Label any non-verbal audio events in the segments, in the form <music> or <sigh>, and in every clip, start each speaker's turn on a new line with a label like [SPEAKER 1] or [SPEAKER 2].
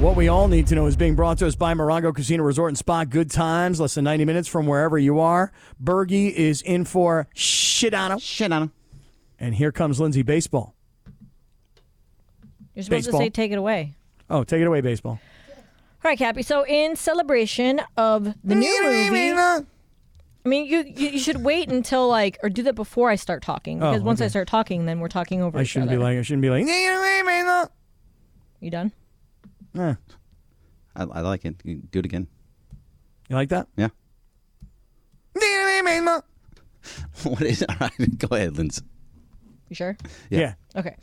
[SPEAKER 1] What we all need to know is being brought to us by Morongo Casino Resort and Spa. Good times, less than 90 minutes from wherever you are. Bergie is in for Shidano.
[SPEAKER 2] Shidano.
[SPEAKER 1] And here comes Lindsay Baseball.
[SPEAKER 3] You're supposed
[SPEAKER 1] Baseball.
[SPEAKER 3] to say take it away.
[SPEAKER 1] Oh, take it away, baseball.
[SPEAKER 3] All right, Cappy. So in celebration of the new movie, I mean, you, you you should wait until like or do that before I start talking because once I
[SPEAKER 1] Oh, okay.
[SPEAKER 3] start talking, then we're talking over.
[SPEAKER 1] I
[SPEAKER 3] each
[SPEAKER 1] shouldn't be
[SPEAKER 3] other.
[SPEAKER 1] like, I shouldn't be like,
[SPEAKER 3] You done?
[SPEAKER 1] eh.
[SPEAKER 2] I, I like it. You Do it again.
[SPEAKER 1] you like that?
[SPEAKER 2] Yeah. <laughs> what is All right. <laughs> Go ahead, Lindsay.
[SPEAKER 3] You sure?
[SPEAKER 2] Yeah.
[SPEAKER 3] Okay.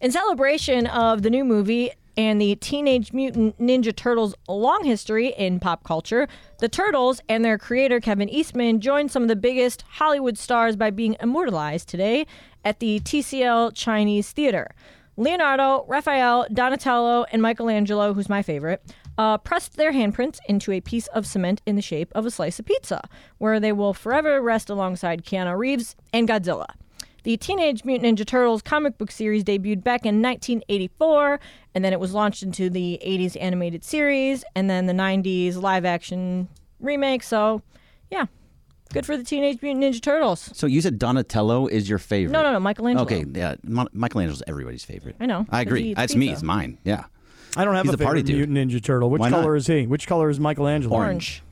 [SPEAKER 3] In celebration of the new movie and the Teenage Mutant Ninja Turtles' long history in pop culture, the Turtles and their creator Kevin Eastman joined some of the biggest Hollywood stars by being immortalized today at the TCL Chinese Theater. Leonardo, Raphael, Donatello, and Michelangelo, who's my favorite, uh, pressed their handprints into a piece of cement in the shape of a slice of pizza, where they will forever rest alongside Keanu Reeves and Godzilla. The Teenage Mutant Ninja Turtles comic book series debuted back in 1984, and then it was launched into the 80s animated series, and then the 90s live action remake. So, yeah, good for the Teenage Mutant Ninja Turtles.
[SPEAKER 2] So you said Donatello is your favorite.
[SPEAKER 3] No, no, no, Michelangelo.
[SPEAKER 2] Okay. Yeah. Mon- Michelangelo's everybody's favorite.
[SPEAKER 3] I know,
[SPEAKER 2] I
[SPEAKER 3] 'cause he
[SPEAKER 2] agree.
[SPEAKER 3] eats
[SPEAKER 2] That's me.
[SPEAKER 3] pizza.
[SPEAKER 2] It's mine. Yeah.
[SPEAKER 1] I don't have
[SPEAKER 2] He's
[SPEAKER 1] a,
[SPEAKER 2] a party
[SPEAKER 1] favorite
[SPEAKER 2] dude.
[SPEAKER 1] mutant ninja turtle. Which
[SPEAKER 2] Why not?
[SPEAKER 1] color is he? Which color is Michelangelo?
[SPEAKER 3] Orange.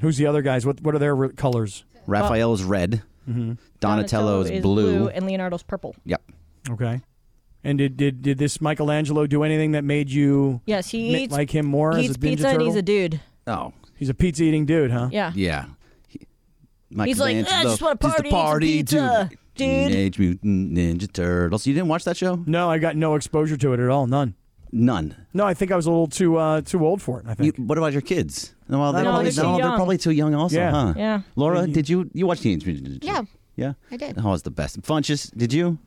[SPEAKER 1] Who's the other guys? What What are their re- colors?
[SPEAKER 2] Raphael's red. Donatello's
[SPEAKER 3] Oh. is
[SPEAKER 2] blue.
[SPEAKER 3] and Leonardo's purple.
[SPEAKER 2] Yep.
[SPEAKER 1] Okay. And did, did did this Michelangelo do anything that made you
[SPEAKER 3] Yes, he
[SPEAKER 1] mi-
[SPEAKER 3] eats
[SPEAKER 1] like him more
[SPEAKER 3] He
[SPEAKER 1] as
[SPEAKER 3] eats
[SPEAKER 1] a ninja
[SPEAKER 3] pizza and
[SPEAKER 1] turtle?
[SPEAKER 3] he's a dude.
[SPEAKER 2] Oh.
[SPEAKER 1] He's a pizza eating dude, huh?
[SPEAKER 3] Yeah.
[SPEAKER 2] Yeah. He-
[SPEAKER 3] He's like, "I
[SPEAKER 2] Michelangelo,
[SPEAKER 3] just wanna
[SPEAKER 2] "Tis the
[SPEAKER 3] party, eat
[SPEAKER 2] dude."
[SPEAKER 3] some pizza, dude.
[SPEAKER 2] Teenage Mutant Ninja Turtles. You didn't watch that show?
[SPEAKER 1] No, I got no exposure to it at all. None.
[SPEAKER 2] None.
[SPEAKER 1] No, I think I was a little too uh, too old for it. I
[SPEAKER 2] You,
[SPEAKER 1] think
[SPEAKER 2] what about your kids? No, well, they
[SPEAKER 3] No,
[SPEAKER 2] probably,
[SPEAKER 3] they're too
[SPEAKER 2] no, they're
[SPEAKER 3] young.
[SPEAKER 2] probably too young also,
[SPEAKER 1] Yeah.
[SPEAKER 2] huh?
[SPEAKER 3] Yeah.
[SPEAKER 2] Laura, did you you watch Teenage Mutant Ninja Turtles? Yeah.
[SPEAKER 4] I did.
[SPEAKER 2] Oh, it's the best. Funches, did you?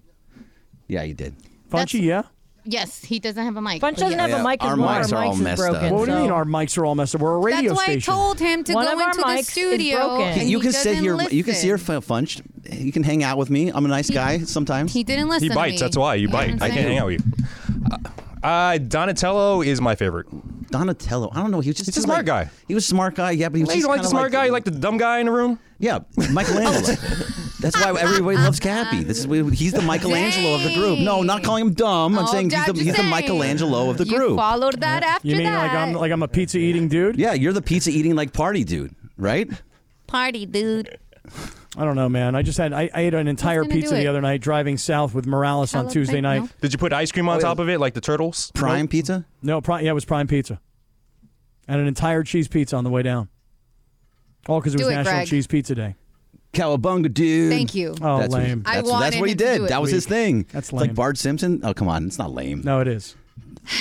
[SPEAKER 2] Yeah, you did.
[SPEAKER 4] that's-
[SPEAKER 1] Funchy, yeah.
[SPEAKER 4] Yes, he doesn't have a mic.
[SPEAKER 3] Bunch
[SPEAKER 4] but
[SPEAKER 3] doesn't
[SPEAKER 4] yes.
[SPEAKER 3] have a
[SPEAKER 2] Yeah,
[SPEAKER 3] mic 'cause
[SPEAKER 2] our
[SPEAKER 3] one of
[SPEAKER 2] mics are
[SPEAKER 3] our
[SPEAKER 2] all
[SPEAKER 3] mics is
[SPEAKER 2] messed up.
[SPEAKER 3] broken.
[SPEAKER 1] What do you
[SPEAKER 3] so-
[SPEAKER 1] mean our mics are all messed up? We're a radio
[SPEAKER 4] That's why
[SPEAKER 1] station.
[SPEAKER 4] I told him to
[SPEAKER 3] One of
[SPEAKER 4] go
[SPEAKER 3] our
[SPEAKER 4] into
[SPEAKER 3] mics
[SPEAKER 4] the
[SPEAKER 3] is
[SPEAKER 4] studio.
[SPEAKER 3] broken.
[SPEAKER 4] And
[SPEAKER 2] you
[SPEAKER 4] he
[SPEAKER 2] can sit
[SPEAKER 4] doesn't
[SPEAKER 2] here. You can sit here
[SPEAKER 4] listen.
[SPEAKER 2] fu- funched. You can hang out with me. I'm a nice guy sometimes.
[SPEAKER 4] He didn't listen.
[SPEAKER 5] He
[SPEAKER 4] to
[SPEAKER 5] bites.
[SPEAKER 4] me.
[SPEAKER 5] That's why you
[SPEAKER 4] know what
[SPEAKER 5] bite.
[SPEAKER 4] I'm
[SPEAKER 5] I can't
[SPEAKER 4] saying?
[SPEAKER 5] hang out with you. Uh, Donatello is my favorite.
[SPEAKER 2] Donatello. I don't know. He was just
[SPEAKER 5] He's a
[SPEAKER 2] too,
[SPEAKER 5] smart
[SPEAKER 2] like-
[SPEAKER 5] guy.
[SPEAKER 2] He was a smart guy. Yeah, but he was
[SPEAKER 5] Hey,
[SPEAKER 2] just
[SPEAKER 5] you don't like
[SPEAKER 2] kinda
[SPEAKER 5] the smart guy? You like the dumb guy in the room?
[SPEAKER 2] <laughs> Yeah, Michelangelo. That's why everybody loves Cappy. This is he's the Michelangelo of the group. No, not calling him dumb. I'm
[SPEAKER 4] Oh,
[SPEAKER 2] saying he's
[SPEAKER 4] I'm
[SPEAKER 2] the,
[SPEAKER 4] just
[SPEAKER 2] he's the
[SPEAKER 4] saying.
[SPEAKER 2] Michelangelo of the
[SPEAKER 4] You
[SPEAKER 2] group.
[SPEAKER 4] followed that after
[SPEAKER 1] you mean
[SPEAKER 4] that.
[SPEAKER 1] like I'm like I'm a pizza eating dude?
[SPEAKER 2] yeah, you're the pizza eating like party dude, right?
[SPEAKER 4] Party, dude.
[SPEAKER 1] I don't know, man. I just had I, I ate an entire
[SPEAKER 4] gonna do
[SPEAKER 1] pizza the
[SPEAKER 4] it?
[SPEAKER 1] other night driving south with Morales on
[SPEAKER 4] Jalapeno?
[SPEAKER 1] Tuesday night.
[SPEAKER 5] Did you put ice
[SPEAKER 2] Oh,
[SPEAKER 5] cream on top of it like the turtles?
[SPEAKER 2] Prime pizza.
[SPEAKER 1] No, pri- yeah, it was prime pizza. And an entire cheese pizza on the way down. All because it was
[SPEAKER 4] Do it,
[SPEAKER 1] National
[SPEAKER 4] Greg.
[SPEAKER 1] Cheese Pizza Day.
[SPEAKER 2] Cowabunga dude.
[SPEAKER 4] Thank you.
[SPEAKER 1] Oh,
[SPEAKER 2] that's What,
[SPEAKER 1] lame.
[SPEAKER 2] that's,
[SPEAKER 4] I
[SPEAKER 2] that's what
[SPEAKER 4] wanted
[SPEAKER 2] he
[SPEAKER 4] him to
[SPEAKER 2] did.
[SPEAKER 4] do it.
[SPEAKER 2] That was his thing.
[SPEAKER 1] That's
[SPEAKER 2] It's
[SPEAKER 1] lame.
[SPEAKER 2] like Bart Simpson. Oh come on, it's not lame.
[SPEAKER 1] No, it is.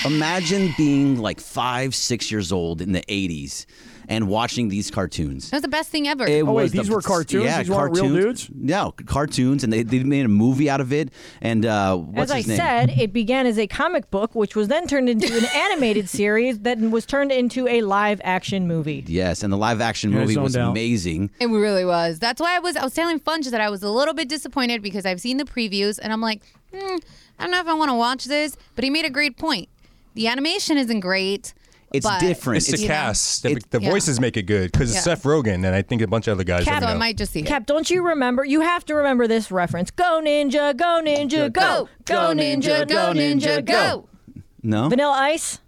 [SPEAKER 2] Imagine being like five, six years old in the '80s and watching these cartoons.
[SPEAKER 4] That was the best thing ever.
[SPEAKER 2] It
[SPEAKER 1] Oh, wait,
[SPEAKER 2] was
[SPEAKER 1] these were cartoons?
[SPEAKER 2] Yeah,
[SPEAKER 1] These weren't
[SPEAKER 2] cartoons.
[SPEAKER 1] real dudes?
[SPEAKER 2] No, cartoons, and they, they made a movie out of it. And uh, what's
[SPEAKER 3] as I
[SPEAKER 2] his name?
[SPEAKER 3] said, it began as a comic book, which was then turned into
[SPEAKER 2] <laughs>
[SPEAKER 3] an animated series that was turned into a live action movie.
[SPEAKER 2] Yes, and the live action
[SPEAKER 1] I
[SPEAKER 2] movie
[SPEAKER 1] zoned
[SPEAKER 2] was
[SPEAKER 1] out.
[SPEAKER 2] amazing.
[SPEAKER 4] It really was. That's why I was. I was telling Funge that I was a little bit disappointed because I've seen the previews and I'm like, hmm, I don't know if I want to watch this. But he made a great point. The animation isn't great.
[SPEAKER 2] It's
[SPEAKER 4] but-
[SPEAKER 2] different.
[SPEAKER 5] It's the
[SPEAKER 4] You know?
[SPEAKER 5] cast. The,
[SPEAKER 2] It-
[SPEAKER 5] the
[SPEAKER 4] Yeah.
[SPEAKER 5] voices make it good because
[SPEAKER 4] Yeah.
[SPEAKER 5] it's Seth Rogen and I think a bunch of other guys.
[SPEAKER 3] Cap-
[SPEAKER 5] that
[SPEAKER 4] So
[SPEAKER 5] we
[SPEAKER 4] I
[SPEAKER 5] know.
[SPEAKER 4] might just see it.
[SPEAKER 3] Cap, don't you remember? You have to remember this reference. Go ninja, go ninja, go, go ninja, go ninja, go.
[SPEAKER 4] Oh,
[SPEAKER 2] No,
[SPEAKER 3] Vanilla Ice?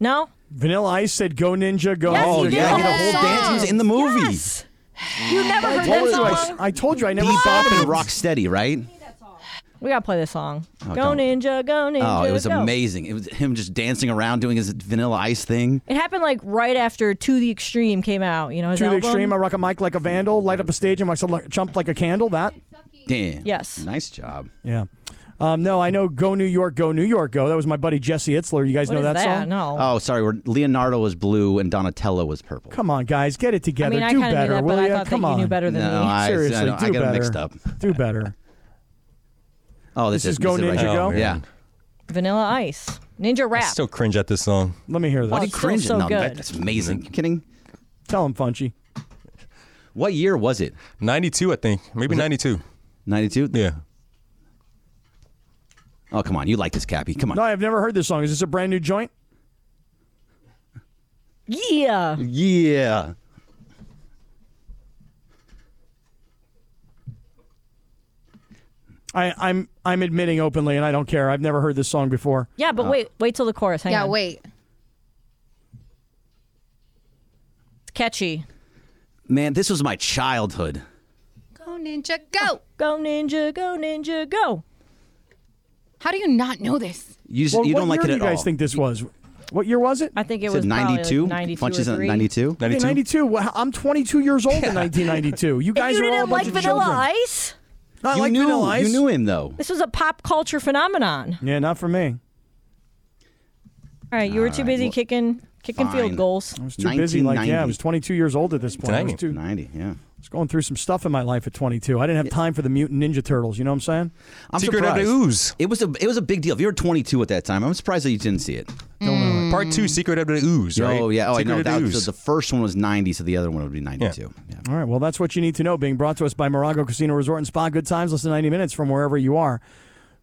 [SPEAKER 3] No.
[SPEAKER 1] Vanilla Ice said, "Go Ninja, go!"
[SPEAKER 3] Yes,
[SPEAKER 2] oh
[SPEAKER 3] he did.
[SPEAKER 2] yeah, he
[SPEAKER 3] the
[SPEAKER 2] had a whole
[SPEAKER 3] song.
[SPEAKER 2] dance. He was in the movie.
[SPEAKER 3] Yes. You never heard
[SPEAKER 1] I told you
[SPEAKER 3] that
[SPEAKER 1] I,
[SPEAKER 3] song.
[SPEAKER 1] I told you I never saw
[SPEAKER 2] Bebop
[SPEAKER 1] them.
[SPEAKER 2] and Rocksteady, right?
[SPEAKER 3] We gotta play this song. go
[SPEAKER 2] Oh, don't.
[SPEAKER 3] ninja, go ninja.
[SPEAKER 2] Oh, it was
[SPEAKER 3] go.
[SPEAKER 2] amazing. It was him just dancing around doing his Vanilla Ice thing.
[SPEAKER 3] It happened like right after To the Extreme came out. You know, his
[SPEAKER 1] To the
[SPEAKER 3] album.
[SPEAKER 1] extreme, I rock a mic like a vandal, light up a stage, and myself like, jump like a candle. That,
[SPEAKER 2] Damn.
[SPEAKER 3] Yes.
[SPEAKER 2] Nice job.
[SPEAKER 1] yeah. Um, no, I know Go New York, Go New York, Go. That was my buddy Jesse Itzler. You guys
[SPEAKER 3] What
[SPEAKER 1] know
[SPEAKER 3] is
[SPEAKER 1] that,
[SPEAKER 3] that?
[SPEAKER 1] song?
[SPEAKER 3] No.
[SPEAKER 2] Oh, sorry. We're, Leonardo was blue and Donatello was purple.
[SPEAKER 1] Come on, guys, get it
[SPEAKER 3] I
[SPEAKER 1] together.
[SPEAKER 3] mean, I
[SPEAKER 1] do
[SPEAKER 3] kind of
[SPEAKER 1] better,
[SPEAKER 3] knew that,
[SPEAKER 1] will
[SPEAKER 3] but I
[SPEAKER 1] ya?
[SPEAKER 3] thought that
[SPEAKER 1] Come
[SPEAKER 3] you
[SPEAKER 1] on.
[SPEAKER 3] knew better than
[SPEAKER 2] No,
[SPEAKER 3] me.
[SPEAKER 2] I-
[SPEAKER 1] Seriously,
[SPEAKER 2] I don't-
[SPEAKER 1] do
[SPEAKER 2] I got 'em
[SPEAKER 1] better.
[SPEAKER 2] mixed up.
[SPEAKER 1] Do better.
[SPEAKER 2] Oh,
[SPEAKER 1] This is Go
[SPEAKER 2] it right
[SPEAKER 1] Ninja
[SPEAKER 2] here.
[SPEAKER 1] Go?
[SPEAKER 2] Yeah.
[SPEAKER 3] Vanilla Ice, Ninja
[SPEAKER 5] I
[SPEAKER 3] Rap.
[SPEAKER 5] still cringe at this song.
[SPEAKER 1] Let me hear
[SPEAKER 2] Why
[SPEAKER 1] this.
[SPEAKER 2] do
[SPEAKER 3] Oh,
[SPEAKER 2] you
[SPEAKER 3] it's still
[SPEAKER 2] cringe?
[SPEAKER 3] so
[SPEAKER 2] no,
[SPEAKER 3] good.
[SPEAKER 2] that- that's
[SPEAKER 1] Mm-hmm.
[SPEAKER 2] amazing. You kidding?
[SPEAKER 1] Tell him, Funchy.
[SPEAKER 2] What year was it?
[SPEAKER 5] 92, I think. Maybe 92.
[SPEAKER 2] 92?
[SPEAKER 5] Yeah.
[SPEAKER 2] Oh, come on. You like this, Cappy. Come on.
[SPEAKER 1] No, I've never heard this song. Is this a brand new joint?
[SPEAKER 3] yeah.
[SPEAKER 2] Yeah.
[SPEAKER 1] I, I'm I'm admitting openly, and I don't care. I've never heard this song before.
[SPEAKER 3] Yeah,
[SPEAKER 2] Uh.
[SPEAKER 3] but wait, wait till the chorus. Hang
[SPEAKER 4] Yeah,
[SPEAKER 3] on.
[SPEAKER 4] wait.
[SPEAKER 3] It's catchy.
[SPEAKER 2] Man, this was my childhood.
[SPEAKER 4] Go ninja, go!
[SPEAKER 3] Go ninja, go ninja, go.
[SPEAKER 4] How do you not know this?
[SPEAKER 2] You, just,
[SPEAKER 1] Well,
[SPEAKER 2] you
[SPEAKER 1] what
[SPEAKER 2] don't like
[SPEAKER 1] year
[SPEAKER 2] it
[SPEAKER 1] do
[SPEAKER 2] at
[SPEAKER 1] you guys
[SPEAKER 2] all.
[SPEAKER 1] think this was? What year was it?
[SPEAKER 3] I think it
[SPEAKER 2] Is
[SPEAKER 3] was
[SPEAKER 2] it 92?
[SPEAKER 3] Probably like 92
[SPEAKER 2] Punches
[SPEAKER 3] or
[SPEAKER 2] in
[SPEAKER 3] three.
[SPEAKER 2] 92?
[SPEAKER 5] 92.
[SPEAKER 1] 92. Wow, I'm 22 years old
[SPEAKER 2] <laughs>
[SPEAKER 1] in 1992. You guys
[SPEAKER 3] You
[SPEAKER 1] are all a bunch
[SPEAKER 3] didn't like
[SPEAKER 1] of
[SPEAKER 3] Vanilla
[SPEAKER 1] children.
[SPEAKER 3] Ice?
[SPEAKER 1] No, I
[SPEAKER 2] you
[SPEAKER 1] like
[SPEAKER 2] knew,
[SPEAKER 1] Vanilla Ice.
[SPEAKER 2] You knew him, though.
[SPEAKER 3] This was a pop culture phenomenon.
[SPEAKER 1] Yeah, not for me.
[SPEAKER 3] All right, you were
[SPEAKER 2] All
[SPEAKER 3] too
[SPEAKER 2] right,
[SPEAKER 3] busy
[SPEAKER 2] well,
[SPEAKER 3] kicking kicking
[SPEAKER 2] fine.
[SPEAKER 3] field goals.
[SPEAKER 1] I was too busy. Like, yeah, I was 22 years old at this point. I was,
[SPEAKER 5] 90.
[SPEAKER 1] too, I
[SPEAKER 2] 90, yeah.
[SPEAKER 1] was going through some stuff in my life at 22. I didn't have time for the Mutant Ninja Turtles. You know what I'm saying?
[SPEAKER 2] I'm
[SPEAKER 5] Secret of
[SPEAKER 2] surprised.
[SPEAKER 5] the Ooze.
[SPEAKER 2] It was a it was a big deal. If you were 22 at that time, I'm surprised that you didn't see it.
[SPEAKER 5] Part
[SPEAKER 4] Mm.
[SPEAKER 5] two, Secret of the Ooze, right?
[SPEAKER 2] Oh yeah, oh I
[SPEAKER 5] Secret of
[SPEAKER 2] know.
[SPEAKER 5] the
[SPEAKER 2] That was-
[SPEAKER 5] Ooze.
[SPEAKER 2] the first one was 90, so the other one would be 92. Yeah.
[SPEAKER 1] All right. Well, that's what you need to know. Being brought to us by Morongo Casino Resort and Spa. Good times. Less than 90 minutes from wherever you are.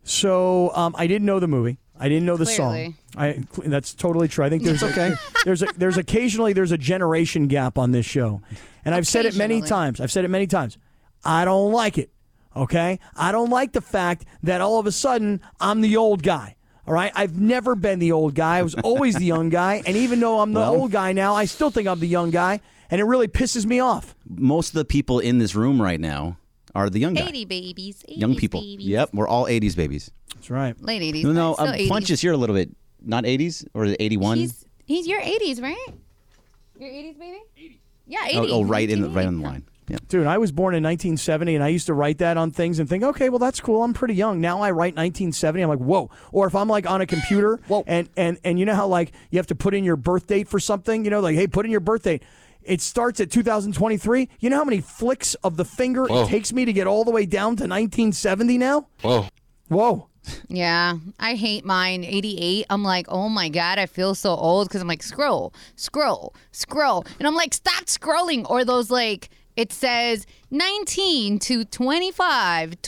[SPEAKER 1] So um, I didn't know the movie. I didn't know the song.
[SPEAKER 4] Clearly.
[SPEAKER 1] I cl- that's totally true. I think
[SPEAKER 4] <laughs>
[SPEAKER 1] there's okay. there's a, there's occasionally there's a generation gap on this show, and I've said it many
[SPEAKER 4] Occasionally.
[SPEAKER 1] times. I've said it many times. I don't like it. Okay, I don't like the fact that all of a sudden I'm the old guy. All right, I've never been the old guy. I was always the young guy, and even though I'm the old guy now, I still think I'm the young guy, and it really pisses me off.
[SPEAKER 2] Most of the people in this room right now are the young guy,
[SPEAKER 4] 80 babies. 80s
[SPEAKER 2] young people.
[SPEAKER 4] Babies.
[SPEAKER 2] Yep, we're all 80s babies.
[SPEAKER 1] That's right.
[SPEAKER 4] Late 80s.
[SPEAKER 2] No, no,
[SPEAKER 4] but still
[SPEAKER 2] um,
[SPEAKER 4] 80s.
[SPEAKER 2] Funches, you're a little bit not 80s or 81.
[SPEAKER 4] He's, he's your 80s, right? Your 80s, baby? 80. Yeah, 80.
[SPEAKER 2] oh, oh, right in the right on the line. Yeah.
[SPEAKER 1] Dude, I was born in 1970 and I used to write that on things and think, okay, well, that's cool. I'm pretty young. Now I write 1970. I'm like, whoa. Or if I'm like on a computer and, and, and you know how like you have to put in your birth date for something, you know, like, hey, put in your birth date. It starts at 2023. You know how many flicks of the finger it takes me to get all the way down to 1970 now?
[SPEAKER 5] Whoa.
[SPEAKER 1] Whoa.
[SPEAKER 4] Yeah, I hate mine. 88. I'm like, oh my God, I feel so old because I'm like, scroll, scroll, scroll. And I'm like, stop scrolling. Or those like, it says 19 to 25,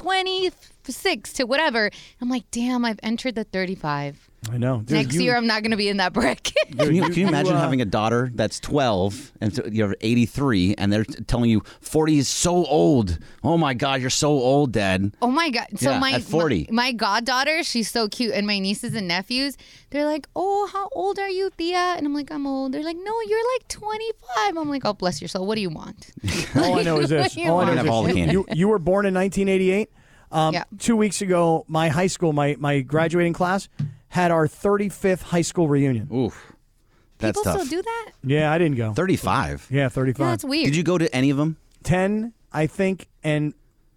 [SPEAKER 4] 26 to whatever. I'm like, damn, I've entered the 35.
[SPEAKER 1] I know. Dude,
[SPEAKER 4] Next
[SPEAKER 1] you-
[SPEAKER 4] year, I'm not going to be in that bracket. <laughs>
[SPEAKER 2] Can you, can you
[SPEAKER 1] you,
[SPEAKER 2] imagine
[SPEAKER 1] uh,
[SPEAKER 2] having a daughter that's 12 and so you're 83 and they're t- telling you 40 is so old? Oh my God, you're so old, Dad.
[SPEAKER 4] Oh my god! So
[SPEAKER 2] Yeah,
[SPEAKER 4] my
[SPEAKER 2] at 40.
[SPEAKER 4] my, my goddaughter, she's so cute, and my nieces and nephews, they're like, "Oh, how old are you, Thea?" And I'm like, "I'm old." They're like, "No, you're like 25." I'm like, "Oh, bless your soul. What do you want?"
[SPEAKER 1] <laughs> All I know is this.
[SPEAKER 4] <laughs> You
[SPEAKER 1] All I
[SPEAKER 4] want-
[SPEAKER 1] know
[SPEAKER 2] Can
[SPEAKER 1] is
[SPEAKER 2] have
[SPEAKER 1] this.
[SPEAKER 2] all the candy.
[SPEAKER 1] You, you were born in 1988. Um,
[SPEAKER 4] Yeah.
[SPEAKER 1] Two weeks ago, my high school, my, my graduating class, had our 35th high school reunion.
[SPEAKER 2] Oof. That's
[SPEAKER 4] People
[SPEAKER 2] tough.
[SPEAKER 4] still do that.
[SPEAKER 1] Yeah, I didn't go.
[SPEAKER 2] 35.
[SPEAKER 1] Yeah, 35.
[SPEAKER 4] Yeah, that's weird.
[SPEAKER 2] Did you go to any of them?
[SPEAKER 1] 10, I think, and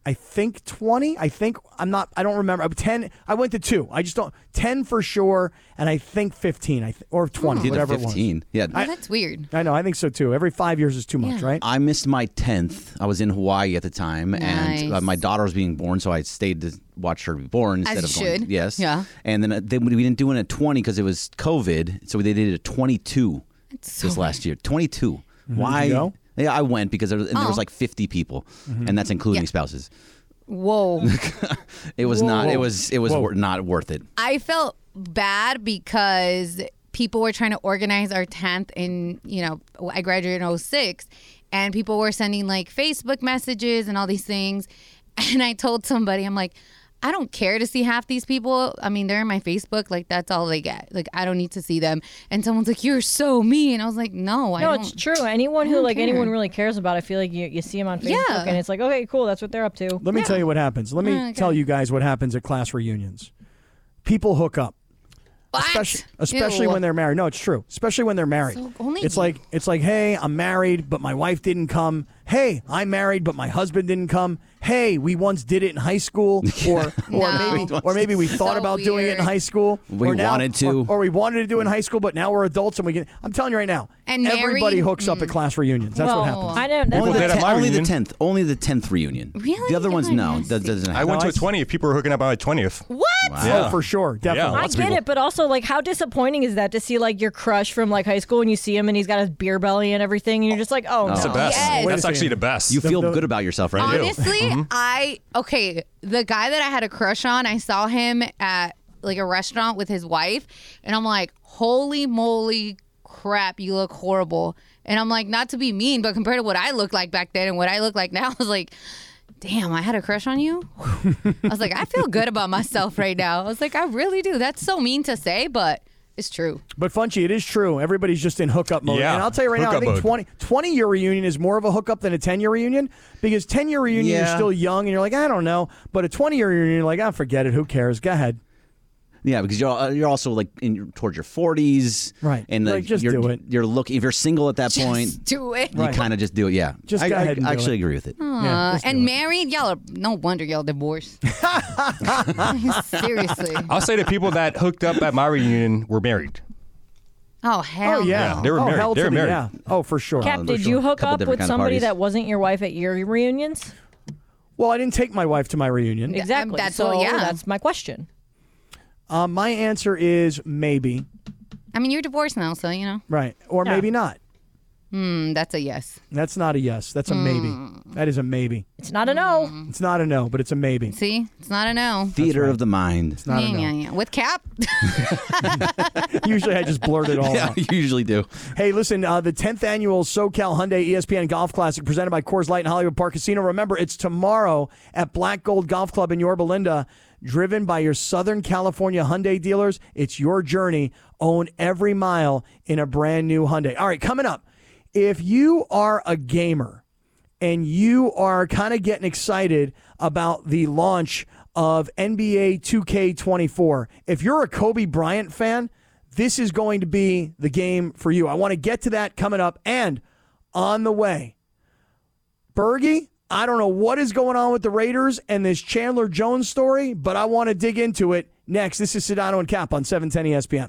[SPEAKER 1] I think 20. I think, I'm not, I don't remember. Uh, 10, I went to two. I just don't, 10 for sure, and I think 15, I th- or 20,
[SPEAKER 2] Did
[SPEAKER 1] whatever
[SPEAKER 2] the 15.
[SPEAKER 1] it
[SPEAKER 2] Yeah.
[SPEAKER 4] Oh, that's weird.
[SPEAKER 1] was. I know, I think so too. Every five years is too much,
[SPEAKER 4] Yeah.
[SPEAKER 1] right?
[SPEAKER 2] I missed my 10th. I was in Hawaii at the time, and uh,
[SPEAKER 4] Nice.
[SPEAKER 2] my daughter was being born, so I stayed to watch her be born instead
[SPEAKER 4] As
[SPEAKER 2] of
[SPEAKER 4] you
[SPEAKER 2] going.
[SPEAKER 4] should.
[SPEAKER 2] Yes.
[SPEAKER 4] Yeah.
[SPEAKER 2] And then uh, they, we didn't do it at 20 because it was COVID, so they did it at 22
[SPEAKER 4] so
[SPEAKER 2] this last year. 22.
[SPEAKER 1] Did you
[SPEAKER 2] Why?
[SPEAKER 1] go?
[SPEAKER 2] Yeah, I went because there was, and there was
[SPEAKER 4] Oh.
[SPEAKER 2] like 50 people, and that's including spouses.
[SPEAKER 4] Whoa.
[SPEAKER 2] It was not. It was. It was wor- not worth it.
[SPEAKER 4] I felt bad because people were trying to organize our 10th in, you know, I graduated in 06 and people were sending like Facebook messages and all these things. <laughs> And I told somebody, I'm like, I don't care to see half these people. I mean, they're in my Facebook. Like, that's all they get. Like, I don't need to see them. And someone's like, You're so mean. I was like, No, I
[SPEAKER 3] No,
[SPEAKER 4] don't.
[SPEAKER 3] it's true. Anyone who
[SPEAKER 4] don't
[SPEAKER 3] like anyone
[SPEAKER 4] care.
[SPEAKER 3] really cares about, I feel like you, you see them on Facebook,
[SPEAKER 4] Yeah.
[SPEAKER 3] and it's like, okay, cool, that's what they're up to.
[SPEAKER 1] Let me tell you what happens. Let me
[SPEAKER 4] Oh, okay.
[SPEAKER 1] tell you guys what happens at class reunions. People hook up. especially,
[SPEAKER 4] What?
[SPEAKER 1] especially
[SPEAKER 4] Ew.
[SPEAKER 1] when they're married. No, it's true. Especially when they're married.
[SPEAKER 4] So only
[SPEAKER 1] it's
[SPEAKER 4] you.
[SPEAKER 1] like it's like, hey, I'm married, but my wife didn't come. Hey, I'm married, but my husband didn't come. Hey, we once did it in high
[SPEAKER 2] <laughs>
[SPEAKER 1] school, or or
[SPEAKER 4] No.
[SPEAKER 1] maybe or maybe we thought
[SPEAKER 4] So
[SPEAKER 1] about doing it in
[SPEAKER 4] weird.
[SPEAKER 1] high school.
[SPEAKER 2] We
[SPEAKER 1] or now-
[SPEAKER 2] wanted to.
[SPEAKER 1] or, or we wanted to do it in high school, but now we're adults and we get. I'm telling you right now,
[SPEAKER 4] And
[SPEAKER 1] everybody
[SPEAKER 4] married?
[SPEAKER 1] hooks
[SPEAKER 2] Mm.
[SPEAKER 1] up at class reunions. That's what happens.
[SPEAKER 3] I don't. That's
[SPEAKER 5] People
[SPEAKER 2] Only, the,
[SPEAKER 5] did at
[SPEAKER 2] ten-
[SPEAKER 5] my
[SPEAKER 2] only the
[SPEAKER 5] reunion.
[SPEAKER 2] 10th. Only the 10th reunion.
[SPEAKER 4] Really?
[SPEAKER 2] The other ones,
[SPEAKER 4] God,
[SPEAKER 2] no.
[SPEAKER 4] nasty.
[SPEAKER 2] That, that doesn't happen.
[SPEAKER 5] I went
[SPEAKER 1] No,
[SPEAKER 5] to
[SPEAKER 1] I
[SPEAKER 5] a 20th. People were hooking up on my 20th.
[SPEAKER 4] What?
[SPEAKER 1] Oh, for sure, definitely.
[SPEAKER 3] I
[SPEAKER 5] lots of
[SPEAKER 3] get
[SPEAKER 5] people.
[SPEAKER 3] it, but also like, how disappointing is that to see like your crush from like high school and you see him and he's got his beer belly and everything and you're just like, oh,
[SPEAKER 5] That's
[SPEAKER 3] no.
[SPEAKER 5] the best.
[SPEAKER 4] Yes.
[SPEAKER 1] Wait a
[SPEAKER 5] That's
[SPEAKER 1] second.
[SPEAKER 5] actually the best.
[SPEAKER 2] You feel
[SPEAKER 1] the-
[SPEAKER 2] good about yourself, right?
[SPEAKER 5] do.
[SPEAKER 4] Honestly, I okay. The guy that I had a crush on, I saw him at like a restaurant with his wife, and I'm like, holy moly, crap, you look horrible. And I'm like, not to be mean, but compared to what I looked like back then and what I look like now, <laughs> I was like, damn, I had a crush on you. I was like, I feel good about myself right now. I was like, I really do. That's so mean to say, but it's true. <laughs>
[SPEAKER 1] But Funchy, it is true. Everybody's just in hookup mode.
[SPEAKER 5] Yeah,
[SPEAKER 1] And I'll tell you right now, I
[SPEAKER 5] hookup
[SPEAKER 1] think
[SPEAKER 5] mode.
[SPEAKER 1] 20, 20 year reunion is more of a hookup than a 10 year reunion because 10 year reunion, you're
[SPEAKER 2] Yeah.
[SPEAKER 1] still young and you're like, I don't know. But a 20 year reunion, you're like, I forget it. Who cares? Go ahead.
[SPEAKER 2] Yeah, because you're uh, you're also like in your, towards your 40s,
[SPEAKER 1] Right.
[SPEAKER 2] And
[SPEAKER 1] Like, just
[SPEAKER 2] you're,
[SPEAKER 1] do it.
[SPEAKER 2] You're looking if you're single at that point,
[SPEAKER 4] Just do it.
[SPEAKER 2] you kind of just do it. Yeah,
[SPEAKER 1] Just
[SPEAKER 2] I,
[SPEAKER 1] go
[SPEAKER 2] I-
[SPEAKER 1] ahead and
[SPEAKER 2] I
[SPEAKER 1] do
[SPEAKER 2] actually
[SPEAKER 1] it. Oh,
[SPEAKER 2] agree with it.
[SPEAKER 1] Yeah,
[SPEAKER 4] Uh,
[SPEAKER 1] just do
[SPEAKER 4] and
[SPEAKER 1] it.
[SPEAKER 4] married, y'all are no wonder y'all divorced. <laughs> Seriously.
[SPEAKER 5] I'll say the people that hooked up at my reunion were married.
[SPEAKER 4] Oh hell
[SPEAKER 1] Oh, yeah.
[SPEAKER 4] no.
[SPEAKER 5] they were
[SPEAKER 1] oh,
[SPEAKER 5] married.
[SPEAKER 1] hell
[SPEAKER 5] They
[SPEAKER 1] to
[SPEAKER 5] were
[SPEAKER 1] the-
[SPEAKER 5] married.
[SPEAKER 1] Yeah. Oh, for sure.
[SPEAKER 3] Cap,
[SPEAKER 2] for
[SPEAKER 3] did
[SPEAKER 2] sure.
[SPEAKER 3] you hook
[SPEAKER 2] Couple
[SPEAKER 3] up
[SPEAKER 2] different
[SPEAKER 3] with
[SPEAKER 2] kind of
[SPEAKER 3] somebody
[SPEAKER 2] parties.
[SPEAKER 3] that wasn't your wife at your reunions?
[SPEAKER 1] Well, I didn't take my wife to my reunion.
[SPEAKER 3] Exactly.
[SPEAKER 4] that's
[SPEAKER 3] so
[SPEAKER 4] what- yeah.
[SPEAKER 3] that's my question.
[SPEAKER 1] Uh, my answer is maybe.
[SPEAKER 4] I mean, you're divorced now, so you know
[SPEAKER 1] Right. Or maybe not.
[SPEAKER 4] mm, that's a yes.
[SPEAKER 1] That's not a yes. That's a maybe. That is a maybe.
[SPEAKER 3] It's not a no.
[SPEAKER 4] Mm-hmm.
[SPEAKER 1] It's not a no, but it's a maybe.
[SPEAKER 4] See, it's not a no.
[SPEAKER 2] Theater of the mind.
[SPEAKER 1] not a
[SPEAKER 4] yeah,
[SPEAKER 1] no.
[SPEAKER 4] yeah, yeah. With cap, <laughs>
[SPEAKER 1] Usually I just blurt it all
[SPEAKER 5] <laughs>
[SPEAKER 1] out.
[SPEAKER 2] Yeah, <laughs> I usually do.
[SPEAKER 1] Hey, listen, uh, the 10th annual SoCal Hyundai E ESPN Golf Classic presented by Coors Light and Hollywood Park Casino. Remember, it's tomorrow at Black Gold Golf Club in Yorba Linda. Driven by your Southern California Hyundai dealers, it's your journey. Own every mile in a brand new Hyundai. All right, coming up, if you are a gamer, and you are kind of getting excited about the launch of NBA 2K24. If you're a Kobe Bryant fan, this is going to be the game for you. I want to get to that coming up and on the way. Bergie, I don't know what is going on with the Raiders and this Chandler Jones story, but I want to dig into it next. This is Sedano and Cap on E 710 ESPN.